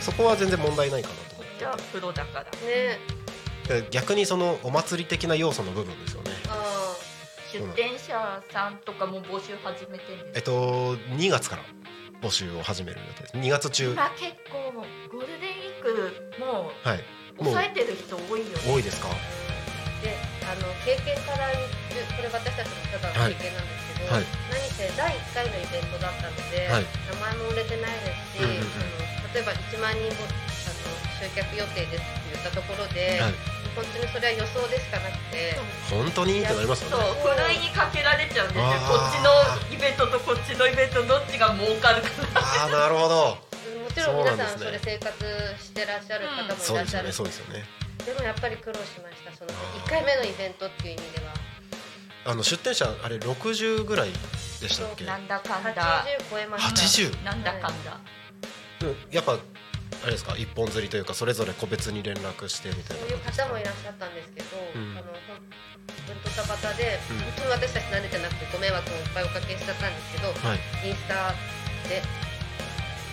Speaker 3: そこは全然問題ないかなと
Speaker 6: こっちはプロだから
Speaker 5: ね
Speaker 3: 思って逆にそのお祭り的な要素の部分ですよね
Speaker 5: あ
Speaker 6: 出店者さんとかも募集始めてるん
Speaker 3: え
Speaker 6: で
Speaker 3: っ
Speaker 6: す
Speaker 3: と2月から募集を始める予定です2月中
Speaker 6: 今結構ゴールデンウィークも
Speaker 3: はいうもう
Speaker 6: 抑えてる人多いよね
Speaker 3: 多いですか
Speaker 5: ーであの経験から言うこれ私たちのただの経験なんですけど、
Speaker 3: はいはい
Speaker 5: 何せ第1回のイベントだったので、
Speaker 3: はい
Speaker 5: 名前も売れてないですし、
Speaker 3: うんうんうん
Speaker 5: あの例えば1万人もあの集客予定ですって言ったところで、
Speaker 3: はい
Speaker 5: 本当にそれは予想でしかなくて。
Speaker 3: 本当にってなります
Speaker 6: そ
Speaker 3: よ
Speaker 6: う
Speaker 3: ね
Speaker 6: ふるいにかけられちゃうんですよこっち
Speaker 3: あ
Speaker 6: のイベントとこっちのイベントどっちが儲かるか
Speaker 3: ああなるほど
Speaker 5: もちろん皆さ
Speaker 3: そ
Speaker 5: んそ
Speaker 3: なん
Speaker 5: う
Speaker 3: です
Speaker 5: れ生活してらっしゃる方もいらっ
Speaker 3: そうで
Speaker 5: し
Speaker 3: す
Speaker 5: ゃ
Speaker 3: よ
Speaker 5: る、
Speaker 3: ねそうですよね
Speaker 5: でもやっぱり苦労しましたその1回目のイベントっていう意味では
Speaker 3: あの出店者あれ60ぐらいでしたっけ
Speaker 6: ななんだかんだ
Speaker 5: 80超えました
Speaker 3: 80
Speaker 6: なんだかんだ
Speaker 3: うんやっぱあれですか一本釣りというかそれぞれ個別に連絡してみた
Speaker 5: そ
Speaker 3: いうな
Speaker 5: いう
Speaker 3: 感じですか
Speaker 5: 方もいらっしゃったんですけど、
Speaker 3: ん
Speaker 5: あのほん本当たバタで、
Speaker 3: うん
Speaker 5: 本当に私たち慣れてなくてご迷惑をいっぱいおかけしちゃったんですけど、
Speaker 3: はい、
Speaker 5: インスタで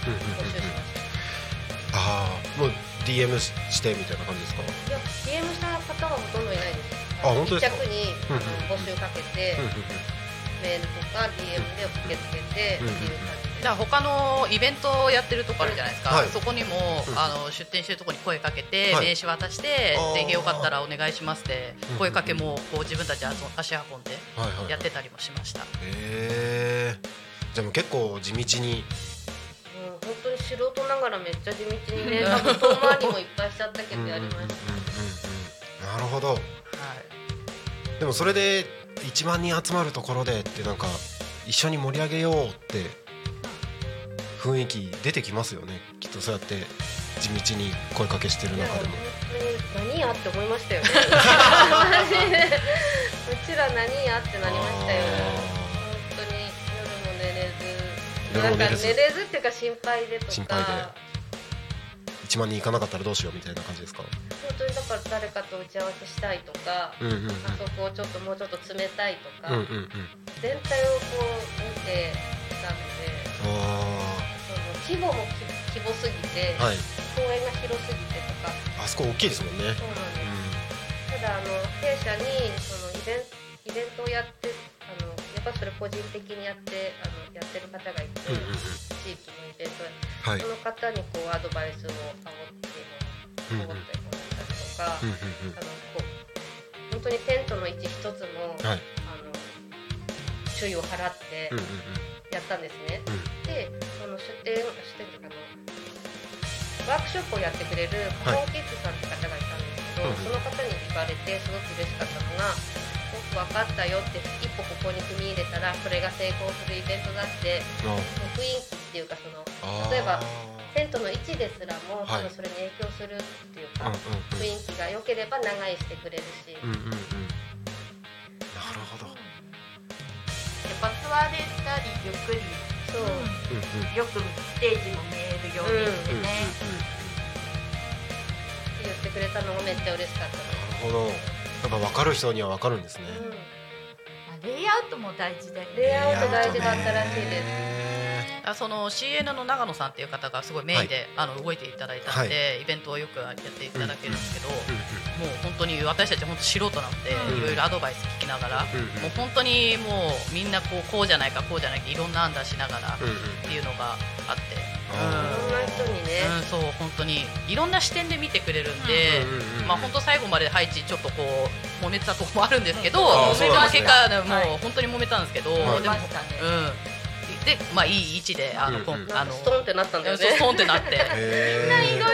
Speaker 3: うんうんうん
Speaker 5: 募集しま
Speaker 3: うん、
Speaker 5: した、
Speaker 3: ああもう DM ししてみたいな感じですか
Speaker 5: いや DM した方はほとんどいないです
Speaker 3: あ本当ですか
Speaker 5: 一着に、
Speaker 3: うんうん
Speaker 5: あの募集かけて、
Speaker 3: うんうんうん
Speaker 5: メールとか DM で受け付けてっていう
Speaker 4: だから
Speaker 5: 感じで、
Speaker 4: 他のイベントをやってるとこあるじゃないですか、
Speaker 3: はい
Speaker 4: そこにも、
Speaker 3: うん
Speaker 4: あの出店してるとこに声かけて、
Speaker 3: はい
Speaker 4: 名刺渡して
Speaker 3: あー
Speaker 4: ぜひよかったらお願いしますって
Speaker 3: うん
Speaker 4: 声かけもこう自分たちで足運んで
Speaker 3: はいはいはい
Speaker 4: やってたりもしました、
Speaker 3: へえじゃあもう結構地道に
Speaker 5: うん、本当に素人ながらめっちゃ地道
Speaker 3: *laughs*
Speaker 5: にね多分遠回りもいっぱいしちゃったけ
Speaker 3: うん
Speaker 5: ど
Speaker 3: うんうんう
Speaker 5: や
Speaker 3: ん
Speaker 5: り
Speaker 3: うんうん
Speaker 5: ました、
Speaker 3: なるほどでもそれで1万人集まるところでってなんか一緒に盛り上げようって雰囲気出てきますよねきっとそうやって地道に声かけしてる
Speaker 5: いや
Speaker 3: 中
Speaker 5: 本
Speaker 3: でも
Speaker 5: 当に何やって思いま *laughs* したよねマジでうちら何やってなりましたよ
Speaker 3: あ
Speaker 5: 本当に夜も寝れず
Speaker 3: 夜も寝れず
Speaker 5: なんか寝れずっていうか心配でとか
Speaker 3: 心配で1万人いかなかったらどうしようみたいな感じですか
Speaker 5: 本当にだから誰かと打ち合わせしたいとか、
Speaker 3: うんうんうん
Speaker 5: あそこをちょっともうちょっと詰めたいと
Speaker 3: う
Speaker 5: か、
Speaker 3: んうんうん
Speaker 5: 全体をこう見てたので
Speaker 3: あ
Speaker 5: その規模もき規模すぎて、
Speaker 3: ーはい
Speaker 5: 公園が広すぎてとか
Speaker 3: あそこ大きいですもんね
Speaker 5: そうなんですただあの弊社にそのイベンイベントをやってあのやっぱりそれ個人的にやってあのやってる方がい
Speaker 3: う
Speaker 5: て、
Speaker 3: んうんうん
Speaker 5: 地域のイベントで
Speaker 3: はい
Speaker 5: その方にこうアドバイスをあおって
Speaker 3: うんう
Speaker 5: も
Speaker 3: ん
Speaker 5: らったりもらったりとか、
Speaker 3: うんうん
Speaker 5: あのこう本当にテントの位置一つも、
Speaker 3: うんはい
Speaker 5: あの注意を払って
Speaker 3: うんうん
Speaker 5: やったんですね。
Speaker 3: うん
Speaker 5: であの出店出店というかあのワークショップをやってくれるカモンキッズさんって方がいたんですけど、
Speaker 3: はい
Speaker 5: その方に言われてすごく嬉しかったのが「僕分かったよ」って一歩ここに踏み入れたらそれが成功するイベントだって
Speaker 3: うんうん
Speaker 5: もう雰囲気っていうかその
Speaker 3: あー
Speaker 5: 例えばテントの位置ですらも、
Speaker 3: はい
Speaker 5: 多分それに影響するっていう
Speaker 3: う
Speaker 5: か、
Speaker 3: ん
Speaker 5: 雰囲気が良ければ長居してくれるし、
Speaker 3: うんうんうんうんうんなるほど
Speaker 6: やっぱツアーでしたりゆっくり
Speaker 5: そう、
Speaker 3: うんうん
Speaker 6: よくステージも見えるようにして
Speaker 3: うんうんうんな
Speaker 6: ね、
Speaker 5: って言ってくれたのがめっちゃ嬉しかったで
Speaker 3: るほどやっぱ分かる人には分かるんですね
Speaker 5: す、うん
Speaker 6: あレイアウトも大事だよね
Speaker 5: レイアウト大事だったらしいです、
Speaker 3: す
Speaker 4: あその CN の長野さんっていう方がすごいメインで、あの動いていただいたので、イベントをよくやっていただけるんですけど、もう本当に私たち本当素人なの
Speaker 3: う
Speaker 4: で、
Speaker 3: ん
Speaker 4: いろいろアドバイス聞きながら、
Speaker 3: うんうん
Speaker 4: もう本当にもうみんなこうこうじゃないかこうじゃないかいろんな案出しながらっ
Speaker 3: うんうんうん
Speaker 4: ていうのがあって。
Speaker 3: あ
Speaker 5: いろんな人にね、
Speaker 4: うん、そう本当にいろんな視点で見てくれるんで、
Speaker 3: うんうんうんうん
Speaker 4: まあ本当最後までハイチちょっとこう揉めてたところもあるんですけど、
Speaker 3: あー
Speaker 4: 揉め
Speaker 3: そうな
Speaker 4: た
Speaker 3: んですね
Speaker 4: 結果、ね、
Speaker 6: はい
Speaker 4: もう本当に揉めたんですけど、
Speaker 3: はい
Speaker 4: で
Speaker 6: ま
Speaker 4: も
Speaker 6: したね、
Speaker 4: うん、でまあいい位置であの、
Speaker 3: うん
Speaker 4: こん
Speaker 3: うん
Speaker 4: あ
Speaker 5: なん
Speaker 4: の
Speaker 5: かストンってなったんだよね
Speaker 4: そうストンってなって。
Speaker 6: みんな
Speaker 3: へ
Speaker 6: いろいろ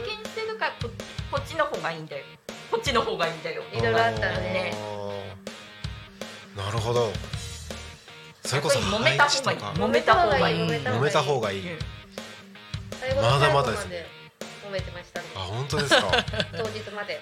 Speaker 6: 経験してるからここっちの方がいいんだよこっちの方がいいんだよ
Speaker 3: ー
Speaker 5: いろいろあったね
Speaker 3: あーなるほどそれこそ
Speaker 6: やっぱり揉めた方がいい
Speaker 3: 配置
Speaker 6: 揉めた方がいい
Speaker 5: 揉
Speaker 3: とか揉めた方がいい
Speaker 6: う
Speaker 5: め
Speaker 6: ん
Speaker 5: 最後の
Speaker 3: まだ
Speaker 5: 最
Speaker 3: ま
Speaker 5: 後
Speaker 3: だで
Speaker 5: ますで
Speaker 3: ね
Speaker 5: 褒めてましたね
Speaker 3: あ本当ですか
Speaker 5: 当日まで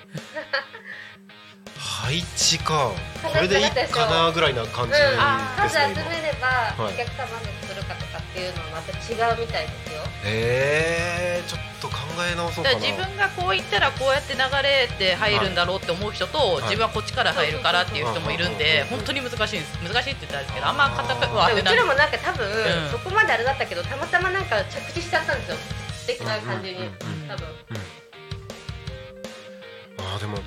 Speaker 3: 配置かこれでいいかなぐらいな感じで
Speaker 5: うん
Speaker 6: あ
Speaker 5: 数
Speaker 3: す
Speaker 5: 集
Speaker 3: ね
Speaker 5: め
Speaker 3: 今
Speaker 5: れば
Speaker 3: はい
Speaker 5: お客様満足するかとかっていうのはまた違うみたいですよ、
Speaker 3: えー、ちょっと考え直そう
Speaker 4: だ
Speaker 3: か
Speaker 4: か
Speaker 3: な
Speaker 4: ら自分がこう言ったらこうやって流れて入るんだろうって思う人と、
Speaker 3: い
Speaker 4: 自分はこっちから入るからっていう人もいるんで、
Speaker 3: はい
Speaker 4: 本当に難しいんです難しいって言ったらあれですけどあんま固くは当て
Speaker 5: でう
Speaker 4: ない
Speaker 5: ちらもなんか多分、
Speaker 4: ん
Speaker 5: そこまであれだったけどたまたまなんか着地しちゃったんですよ素敵な感じに、
Speaker 3: うんうんうん
Speaker 4: うん
Speaker 5: 多分
Speaker 3: あーでも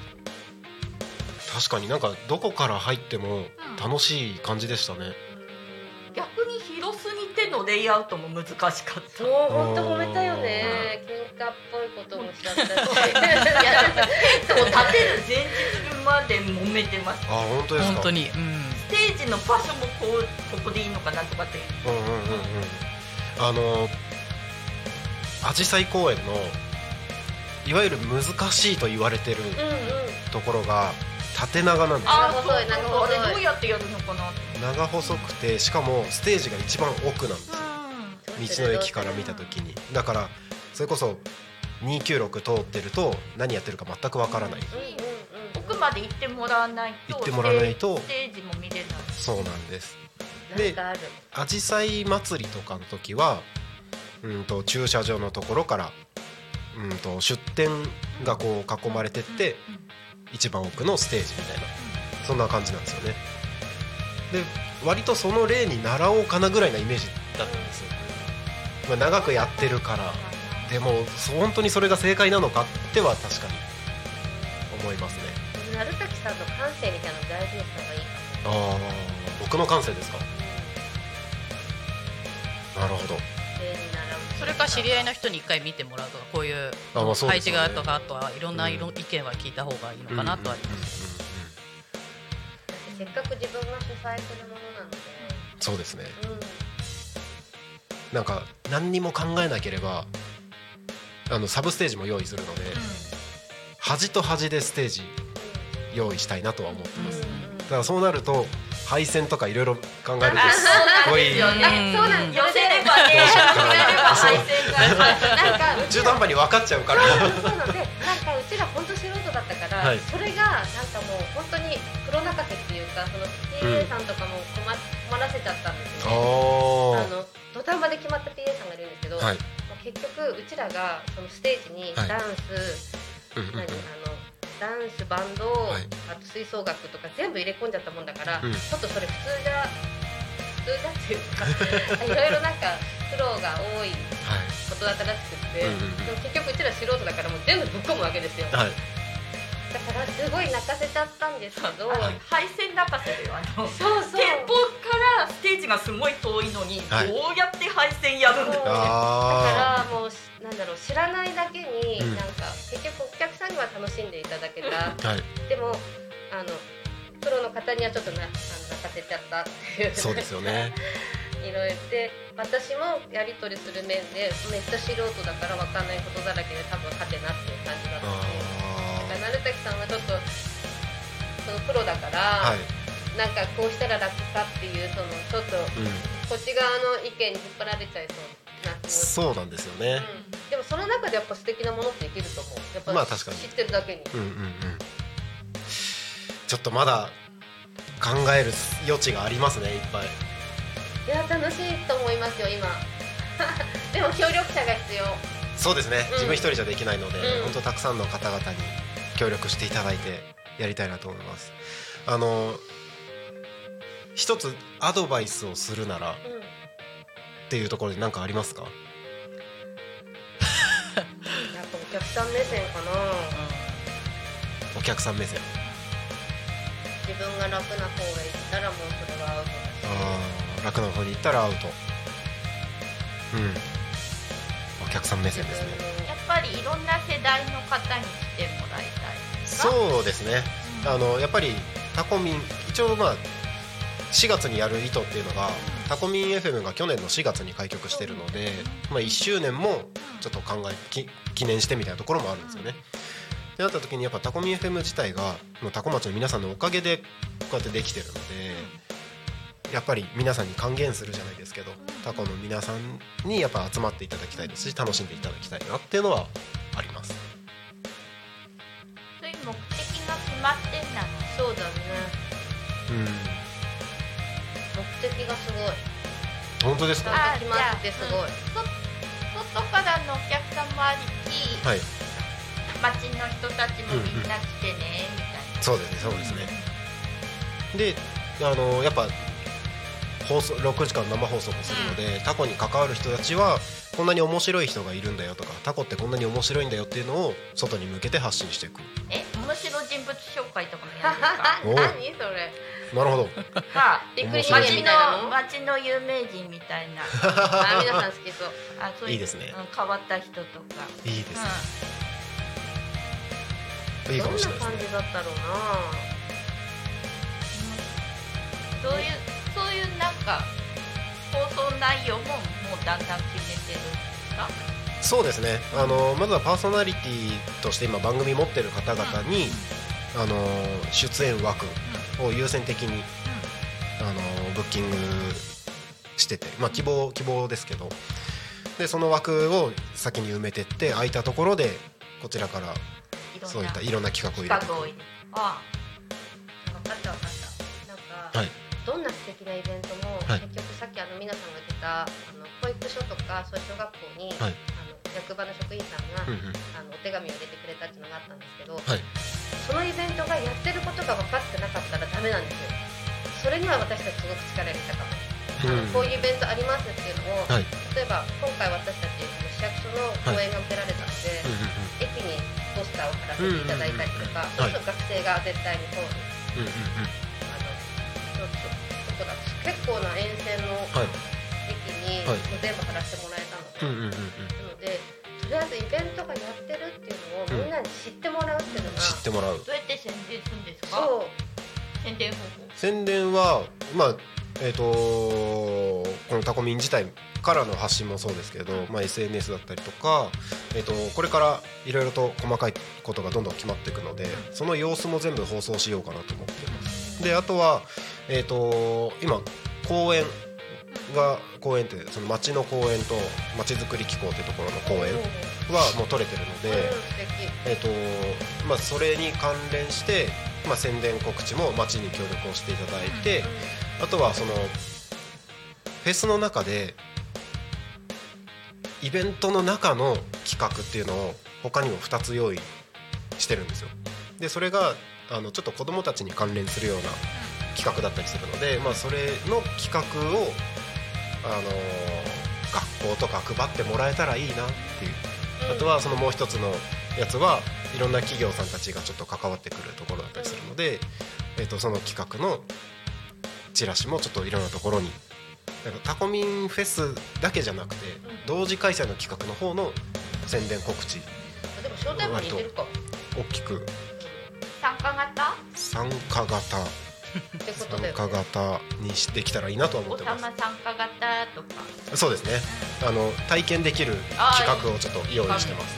Speaker 3: 確かになんかどこから入っても楽しい感じでしたね、
Speaker 6: 逆に広すぎてのレイアウトも難しかった
Speaker 5: そう本当褒めたよね喧嘩っぽいこともしちゃ
Speaker 4: *laughs*
Speaker 5: ったし
Speaker 6: いやテントを建てる前日まで揉めてます
Speaker 3: ああ本当ですか
Speaker 4: 本当に、うん、
Speaker 6: ステージの場所もこうここでいいのかなとかって
Speaker 3: うんうんうんうんあの紫陽花公園のいわゆる難しいと言われてる
Speaker 5: うんうん
Speaker 3: ところが縦長なんですよ
Speaker 5: あー細いなんか細い
Speaker 6: あれどうやってやるのかなって
Speaker 3: 長細くてしかもステージが一番奥なんですよ道の駅から見た時にだからそれこそ296通ってると何やってるか全くわからない
Speaker 5: うんうんうん
Speaker 6: 奥まで行ってもらわないと
Speaker 3: 行ってもらわないと
Speaker 6: ステージも見れない
Speaker 3: そうなんです
Speaker 5: な
Speaker 3: で
Speaker 5: んかある
Speaker 3: 紫陽花祭りとかの時はうんと駐車場のところからうんと出店がこう囲まれてって一番奥のステージみたいなそんな感じなんですよねで割とその例に習おうかなぐらいなイメージだったんですよ、まあ、長くやってるからでもそう本当にそれが正解なのかっては確かに思いますね
Speaker 5: 鳴滝さんの感性みたいなの大事にした方がいいか
Speaker 3: ああ僕の感性ですかなるほど
Speaker 5: も例に習う
Speaker 4: それか知り合いの
Speaker 5: 人
Speaker 4: 人に一回見てもらうとかこういう
Speaker 3: あまあそう
Speaker 4: 配
Speaker 3: です
Speaker 4: 置
Speaker 3: よね
Speaker 4: がとかあとはいろんな色意見は聞いた方がいいのかなとはありま
Speaker 3: す、う
Speaker 4: す。
Speaker 3: んうんうんうん
Speaker 5: せっかく自分が主催するものなので
Speaker 3: そうですね
Speaker 5: うん
Speaker 3: なんか何にも考えなければあのサブステージも用意するので、端と端でステージ用意したいなとは思ってます、だからそうなると配線とかいろいろ考えるとすごい
Speaker 6: よね
Speaker 4: うん
Speaker 5: そうな
Speaker 6: 寄
Speaker 5: んですよ
Speaker 6: せればね寄せれば配線が
Speaker 5: なんかうち
Speaker 3: 中途
Speaker 5: ら
Speaker 3: 半端に分かっちゃうから
Speaker 5: そうなんでなんかうちら本当素人だったから、
Speaker 3: はい
Speaker 5: それがなんかもう本当にプロ泣かせっていうかその PA さんとかも困,、困らせちゃったんですよねあ
Speaker 3: あ
Speaker 5: の土壇場で決まった PA さんがいるんですけど、
Speaker 3: あはい
Speaker 5: もう結局うちらがそのステージに
Speaker 3: はい
Speaker 5: ダン
Speaker 3: う
Speaker 5: ス、
Speaker 3: んうんうん
Speaker 5: 何あのダンスバンド、
Speaker 3: はい
Speaker 5: あと吹奏楽とか全部入れ込んじゃったもんだから、
Speaker 3: うん
Speaker 5: ちょっとそれ普通じゃ普通じゃっていうか *laughs* いろいろなんか苦労が多いことだったらしくって、
Speaker 3: うんうんうん
Speaker 5: でも結局うちら素人だからもう全部ぶっ込むわけですよだ
Speaker 3: は
Speaker 4: *laughs*
Speaker 3: い
Speaker 5: からすごい泣かせちゃったんですけど、
Speaker 3: はい
Speaker 6: 配線泣かせでよあの
Speaker 5: そうそう
Speaker 6: 店舗からステージがすごい遠いのに、
Speaker 3: はい
Speaker 6: どうやって配線やるんだ
Speaker 5: そう
Speaker 3: あ
Speaker 5: だからもうしなんだろう知らないだけに、
Speaker 3: うん
Speaker 5: なんか結局お客さんには楽しんでいただ
Speaker 3: *laughs*
Speaker 5: けた
Speaker 3: あはい
Speaker 5: でもあのプロの方にはちょっとなあの泣かせちゃったっていう
Speaker 3: そうですよね
Speaker 5: いろいろで私もやり取りする面でめっちゃ素人だから分かんないことだらけで多分勝てなっていう感じだった
Speaker 3: あ
Speaker 5: んでだから成崎さんはちょっとそのプロだから、
Speaker 3: あはい
Speaker 5: なんかこうしたら楽かっていうそのちょっと
Speaker 3: うん
Speaker 5: こっち側の意見に引っ張られちゃいそうな気持ち
Speaker 3: そうなんですよね
Speaker 5: うんでもその中でやっぱ素敵なものっていけると思うやっぱ
Speaker 3: まあ確かに
Speaker 5: 知ってるだけに、
Speaker 3: うんうんうんちょっとまだ考える余地がありますねいっぱい
Speaker 5: いや楽しいと思いますよ今でも協力者が必要
Speaker 3: そうですね、
Speaker 5: ん
Speaker 3: 自分一人じゃできないので、
Speaker 5: うん
Speaker 3: 本当たくさんの方々に協力していただいてやりたいなと思いますあの一つアドバイスをするならっ
Speaker 5: うん
Speaker 3: ていうところで何かありますか
Speaker 5: やっぱお客さん目線かな
Speaker 3: お客さん目線
Speaker 5: 自分が楽な方がいったらもうそれはアウトだし
Speaker 3: あー楽な方に行ったらアウトうんお客さん目線ですね
Speaker 5: 自分
Speaker 6: やっぱりいろんな世代の方に来てもらいたい
Speaker 3: そうですね
Speaker 6: うん
Speaker 3: あのやっぱりタコミン一応まあ4月にやる意図っていうのがタコミン FM が去年の4月に開局してるので、まあ、1周年もちょっと考えき記念してみたいなところもあるんですよね。ってなった時にやっぱタコミン FM 自体がもうタコ町の皆さんのおかげでこうやってできてるのでやっぱり皆さんに還元するじゃないですけどタコの皆さんにやっぱ集まっていただきたいですし楽しんでいただきたいなっていうのはあります。
Speaker 6: そういう目的が決まってんだの
Speaker 5: そうだね
Speaker 3: うん
Speaker 5: 目的がすごい
Speaker 3: 本当ですか
Speaker 6: あ
Speaker 5: 決まっててすごい
Speaker 6: 外からのお客さんもありき、
Speaker 3: はい
Speaker 6: 町の人たちもみんな来てね、みたいな
Speaker 3: そうですねそうですねであのやっぱ放送6時間生放送もするので、タコに関わる人たちはこんなに面白い人がいるんだよとかタコってこんなに面白いんだよっていうのを外に向けて発信していく
Speaker 6: え面白人物紹介とかもやるんです
Speaker 3: おう
Speaker 6: か
Speaker 5: 何それ
Speaker 3: なるほど
Speaker 6: はあ
Speaker 5: びっく
Speaker 3: 面
Speaker 5: り人
Speaker 3: 白い
Speaker 6: 町
Speaker 5: 間みたいな
Speaker 6: の
Speaker 5: の
Speaker 6: 町の有名人みたいな
Speaker 5: あ皆さん好きそう
Speaker 6: あそういう
Speaker 3: いいですね
Speaker 6: うん変わった人とか、
Speaker 3: いいです
Speaker 6: う
Speaker 3: ね
Speaker 6: ん、
Speaker 3: いいか
Speaker 5: どん
Speaker 3: も
Speaker 5: な
Speaker 3: しれない
Speaker 5: 感
Speaker 3: です
Speaker 5: じ
Speaker 3: ね
Speaker 5: だったろうな
Speaker 6: そういうそういうなんか放送内容ももうだんだん決めてる
Speaker 3: そうですねあのまずはパーソナリティとして今番組持ってる方々に、あの出演枠を優先的に、あのブッキングしてて、まあ、希望希望ですけどでその枠を先に埋めてって空いたところでこちらから
Speaker 6: いろんな
Speaker 3: そういったいろんな企画を入れて
Speaker 6: 企画を入れてああ分かった分かった
Speaker 5: なんか、
Speaker 3: はい
Speaker 5: どんな素敵なイベントも、
Speaker 3: はい
Speaker 5: 結局さっきあの皆さんが出たあの保育所とかそういう小学校に、
Speaker 3: はい
Speaker 5: あの役場の職員さんが、
Speaker 3: うんうん
Speaker 5: あのお手紙を入れてくれたっていうのがあったんですけど、
Speaker 3: はい
Speaker 5: そのイベントがやってることが分かってなかったらダメなんですよそれには私たちすごく力入れたかも、あのこういうイベントありますっていうのを、
Speaker 3: はい
Speaker 5: 例えば今回私たちその市役所の講演が受けられたので、
Speaker 3: うんうん
Speaker 5: 駅にポスターを貼らせていただいたりとか、
Speaker 3: うんうんうんうんはい
Speaker 5: そうすると学生が絶対に通る
Speaker 3: うんうんうん
Speaker 5: あのちょっとどこだ結構な沿線の
Speaker 3: はい
Speaker 5: 駅に
Speaker 3: はい
Speaker 5: 全部貼らせてもらえたの
Speaker 3: うんうん
Speaker 5: で、
Speaker 3: うんうん
Speaker 5: なのでとりあえずイベントがやってるっていうのをみんなに知ってもらうっていうのが、
Speaker 3: 知ってもらう
Speaker 6: どうやって宣伝するんですか
Speaker 5: そう
Speaker 6: 宣伝方法
Speaker 3: 宣伝はまあえっ、とこのタコミン自体からの発信もそうですけど、まあ、SNS だったりとか、えっとこれからいろいろと細かいことがどんどん決まっていくのでその様子も全部放送しようかなと思っています。であとは、えっと今公園が公園ってその町の公園と町づくり機構ってところの公園はもう取れてるので。
Speaker 5: うん素敵
Speaker 3: えっとまあ、それに関連して、まあ、宣伝告知も町に協力をしていただいて、あとはそのフェスの中でイベントの中の企画っていうのを他にも2つ用意してるんですよでそれがあのちょっと子どもたちに関連するような企画だったりするので、まあ、それの企画を、あの学校とか配ってもらえたらいいなっていうあとはそのもう一つのやつはいろんな企業さんたちがちょっと関わってくるところだったりするので、えっとその企画のチラシもちょっといろんなところになんかタコミンフェスだけじゃなくて同時開催の企画の方の宣伝告知
Speaker 5: でも商店街に似てるかっ
Speaker 3: 大きく
Speaker 6: 参加型
Speaker 3: 参加型
Speaker 5: てことだ
Speaker 3: 参
Speaker 5: よ
Speaker 3: 加
Speaker 5: ね
Speaker 3: 型にしてきたらいいなとは思
Speaker 6: お
Speaker 3: って
Speaker 6: た
Speaker 3: ま
Speaker 6: ま参加型とか、
Speaker 3: すそうですねあの体験できる企画をちょっと用意してます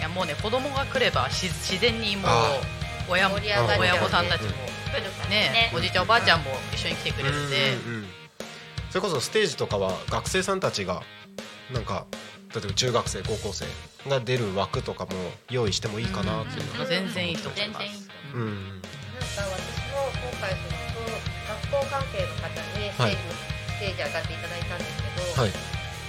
Speaker 4: いやもうね子供が来ればし自然にもう
Speaker 3: あ
Speaker 4: 親も
Speaker 5: 盛り上が
Speaker 3: っちゃうね
Speaker 4: 親御さんたちも
Speaker 6: 来るから
Speaker 4: ね
Speaker 6: ね
Speaker 4: おじいちゃんおばあちゃんも一緒に来てくれるんで
Speaker 3: うんうんうんそれこそステージとかは学生さんたちがなんか例えば中学生高校生が出る枠とかも用意してもいいかなっていう
Speaker 4: うん全然いいと思い
Speaker 6: 全
Speaker 4: ま
Speaker 6: 然いい
Speaker 4: す。
Speaker 3: うんうん
Speaker 5: なんか私も今回その学校関係の方にステージの、ステージ上がっていただいたんですけど、
Speaker 3: はい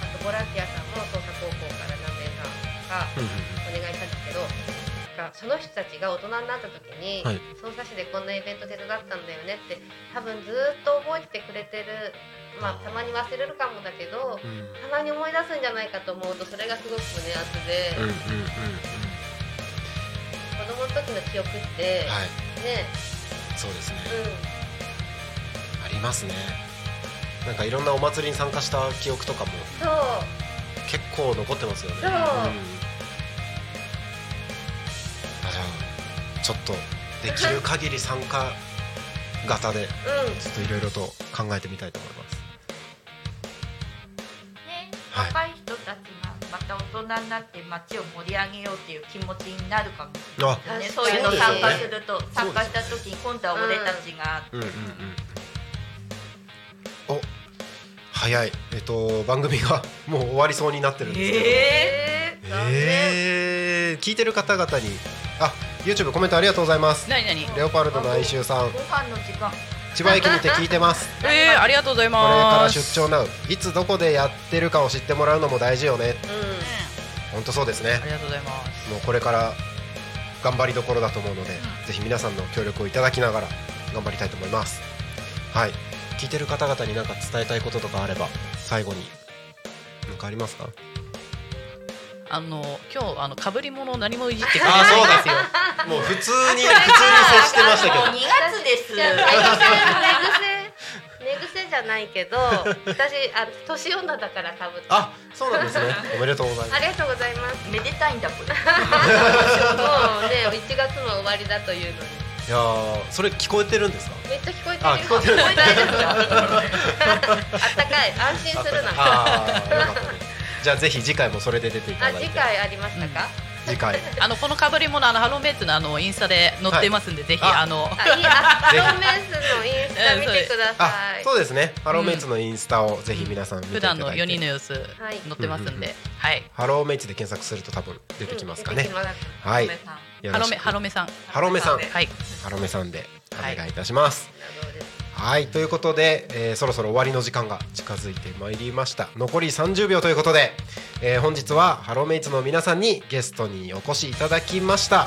Speaker 5: あとボランティアさんも捜査高校から何名かが
Speaker 3: うんうん
Speaker 5: お願いしたんですけど、なんかその人たちが大人になった時に、
Speaker 3: はい
Speaker 5: 捜査市でこんなイベント手伝ったんだよねって多分ずーっと覚えてくれてるまあたまに忘れるかもだけど
Speaker 3: うんうん
Speaker 5: たまに思い出すんじゃないかと思うとそれがすごく胸熱で、
Speaker 3: うんうんうん
Speaker 5: 子供の時の記憶って、
Speaker 3: はい
Speaker 5: ね
Speaker 3: そうですね
Speaker 5: う
Speaker 3: ありますねなんかいろんなお祭りに参加した記憶とかも
Speaker 5: んそう
Speaker 3: 結構残ってますよね
Speaker 5: そう
Speaker 3: あじゃあちょっとできる限り参加型で
Speaker 5: うん
Speaker 3: ちょっといろいろと考えてみたいと思います。
Speaker 6: ね
Speaker 3: はい
Speaker 6: 若い人たちがまた大人になって街を盛り上げようっていう気持ちになるかもし
Speaker 3: あ、
Speaker 6: れない、ね、
Speaker 5: 確
Speaker 6: そう
Speaker 5: か
Speaker 6: い
Speaker 5: に
Speaker 6: うの参加
Speaker 3: そ
Speaker 6: す
Speaker 3: う
Speaker 6: ると、参加した時に今度は俺たちが、
Speaker 3: うんうんうん。お、早い。えっと番組が *laughs* もう終わりそうになってるんですけど。
Speaker 5: えー残念
Speaker 3: えー聞いてる方々に、あ、YouTube コメントありがとうございます。
Speaker 4: なになに
Speaker 3: レオパルトの哀愁さん、
Speaker 6: ご飯の時間
Speaker 3: 千葉駅にて聞いてます。
Speaker 5: *laughs*
Speaker 4: えー、ありがとうござい
Speaker 3: これか
Speaker 4: ま
Speaker 3: ら
Speaker 4: す
Speaker 3: 出張なう。いつどこでやってるかを知ってもらうのも大事よね。本当そうですね
Speaker 4: あ。りがとうございます
Speaker 3: もうこれから頑張りどころだと思うので、ぜひ皆さんの協力をいただきながら頑張りたいと思いますはい聞いてる方々に何か伝えたいこととかあれば最後に何かありますか
Speaker 4: あの今日あの被り物何もいじってくれないんですよ
Speaker 3: *laughs* もう普通に普通に接してました
Speaker 6: もう2月です
Speaker 3: *laughs*
Speaker 5: じゃあ寝癖寝癖じゃないけど私あ年女だからかぶって
Speaker 3: あそうなんですねおめでとうございま
Speaker 5: あ
Speaker 3: す
Speaker 5: りがとうございます
Speaker 6: めでたいんだこれ
Speaker 5: もうね1月の終わりだというのに
Speaker 3: いやーそれ聞こえてるんですか
Speaker 5: めっちゃ聞こえてる
Speaker 3: あ聞こえてる
Speaker 5: 大丈夫よあったかい安心するなあ
Speaker 3: あーよかったねじゃあぜひ次回もそれで出ていただいて
Speaker 5: 次回ありましたか、
Speaker 3: 次回
Speaker 4: *laughs* あのこの被り物あのハローメイツのあのインスタで載ってますんで、ぜひ
Speaker 3: あ
Speaker 4: あの
Speaker 5: あいいあハローメイスのインスタ見てくだ
Speaker 3: あ
Speaker 5: さい、
Speaker 3: そうですねハローメイツのインスタをぜひ皆さん見てい
Speaker 4: 普
Speaker 3: ただい
Speaker 4: 段
Speaker 3: て
Speaker 4: の4人の様子載
Speaker 5: い
Speaker 4: ってますんで、はい
Speaker 3: ハローメイツで検索すると多分出てきますかね。はい。
Speaker 7: 梅さん
Speaker 3: よ
Speaker 4: ハ
Speaker 3: ろ
Speaker 4: ロ
Speaker 3: し
Speaker 4: メ
Speaker 3: く
Speaker 4: ハロメさん
Speaker 3: ハロメさん、
Speaker 7: ハ
Speaker 4: はい
Speaker 3: ハロメさんでお願いいたします。はい。ということで、えーそろそろ終わりの時間が近づいてまいりました。残り30秒ということで、えー本日はハロメイツの皆さんにゲストにお越しいただきました。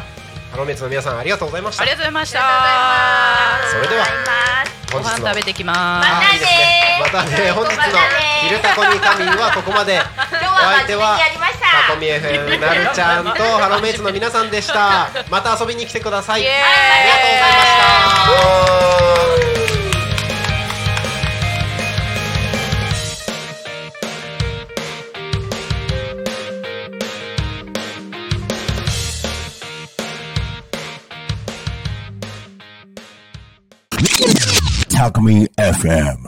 Speaker 3: ハロメイツの皆さんありがとうございました
Speaker 4: あり。がとうございました
Speaker 3: それでは
Speaker 4: ご
Speaker 3: 本
Speaker 4: 飯
Speaker 3: 日の
Speaker 4: 食べてきます、
Speaker 6: また
Speaker 3: あ
Speaker 6: ねー
Speaker 3: いいですねまたね。本日の
Speaker 6: またねー
Speaker 3: 昼タコにカミンはここまで。
Speaker 6: 今日は真面目にやりました
Speaker 3: タコミ FM なるちゃんとハロメイツの皆さんでした。また遊びに来てください。ありがとうございました。
Speaker 2: Talk Me FM.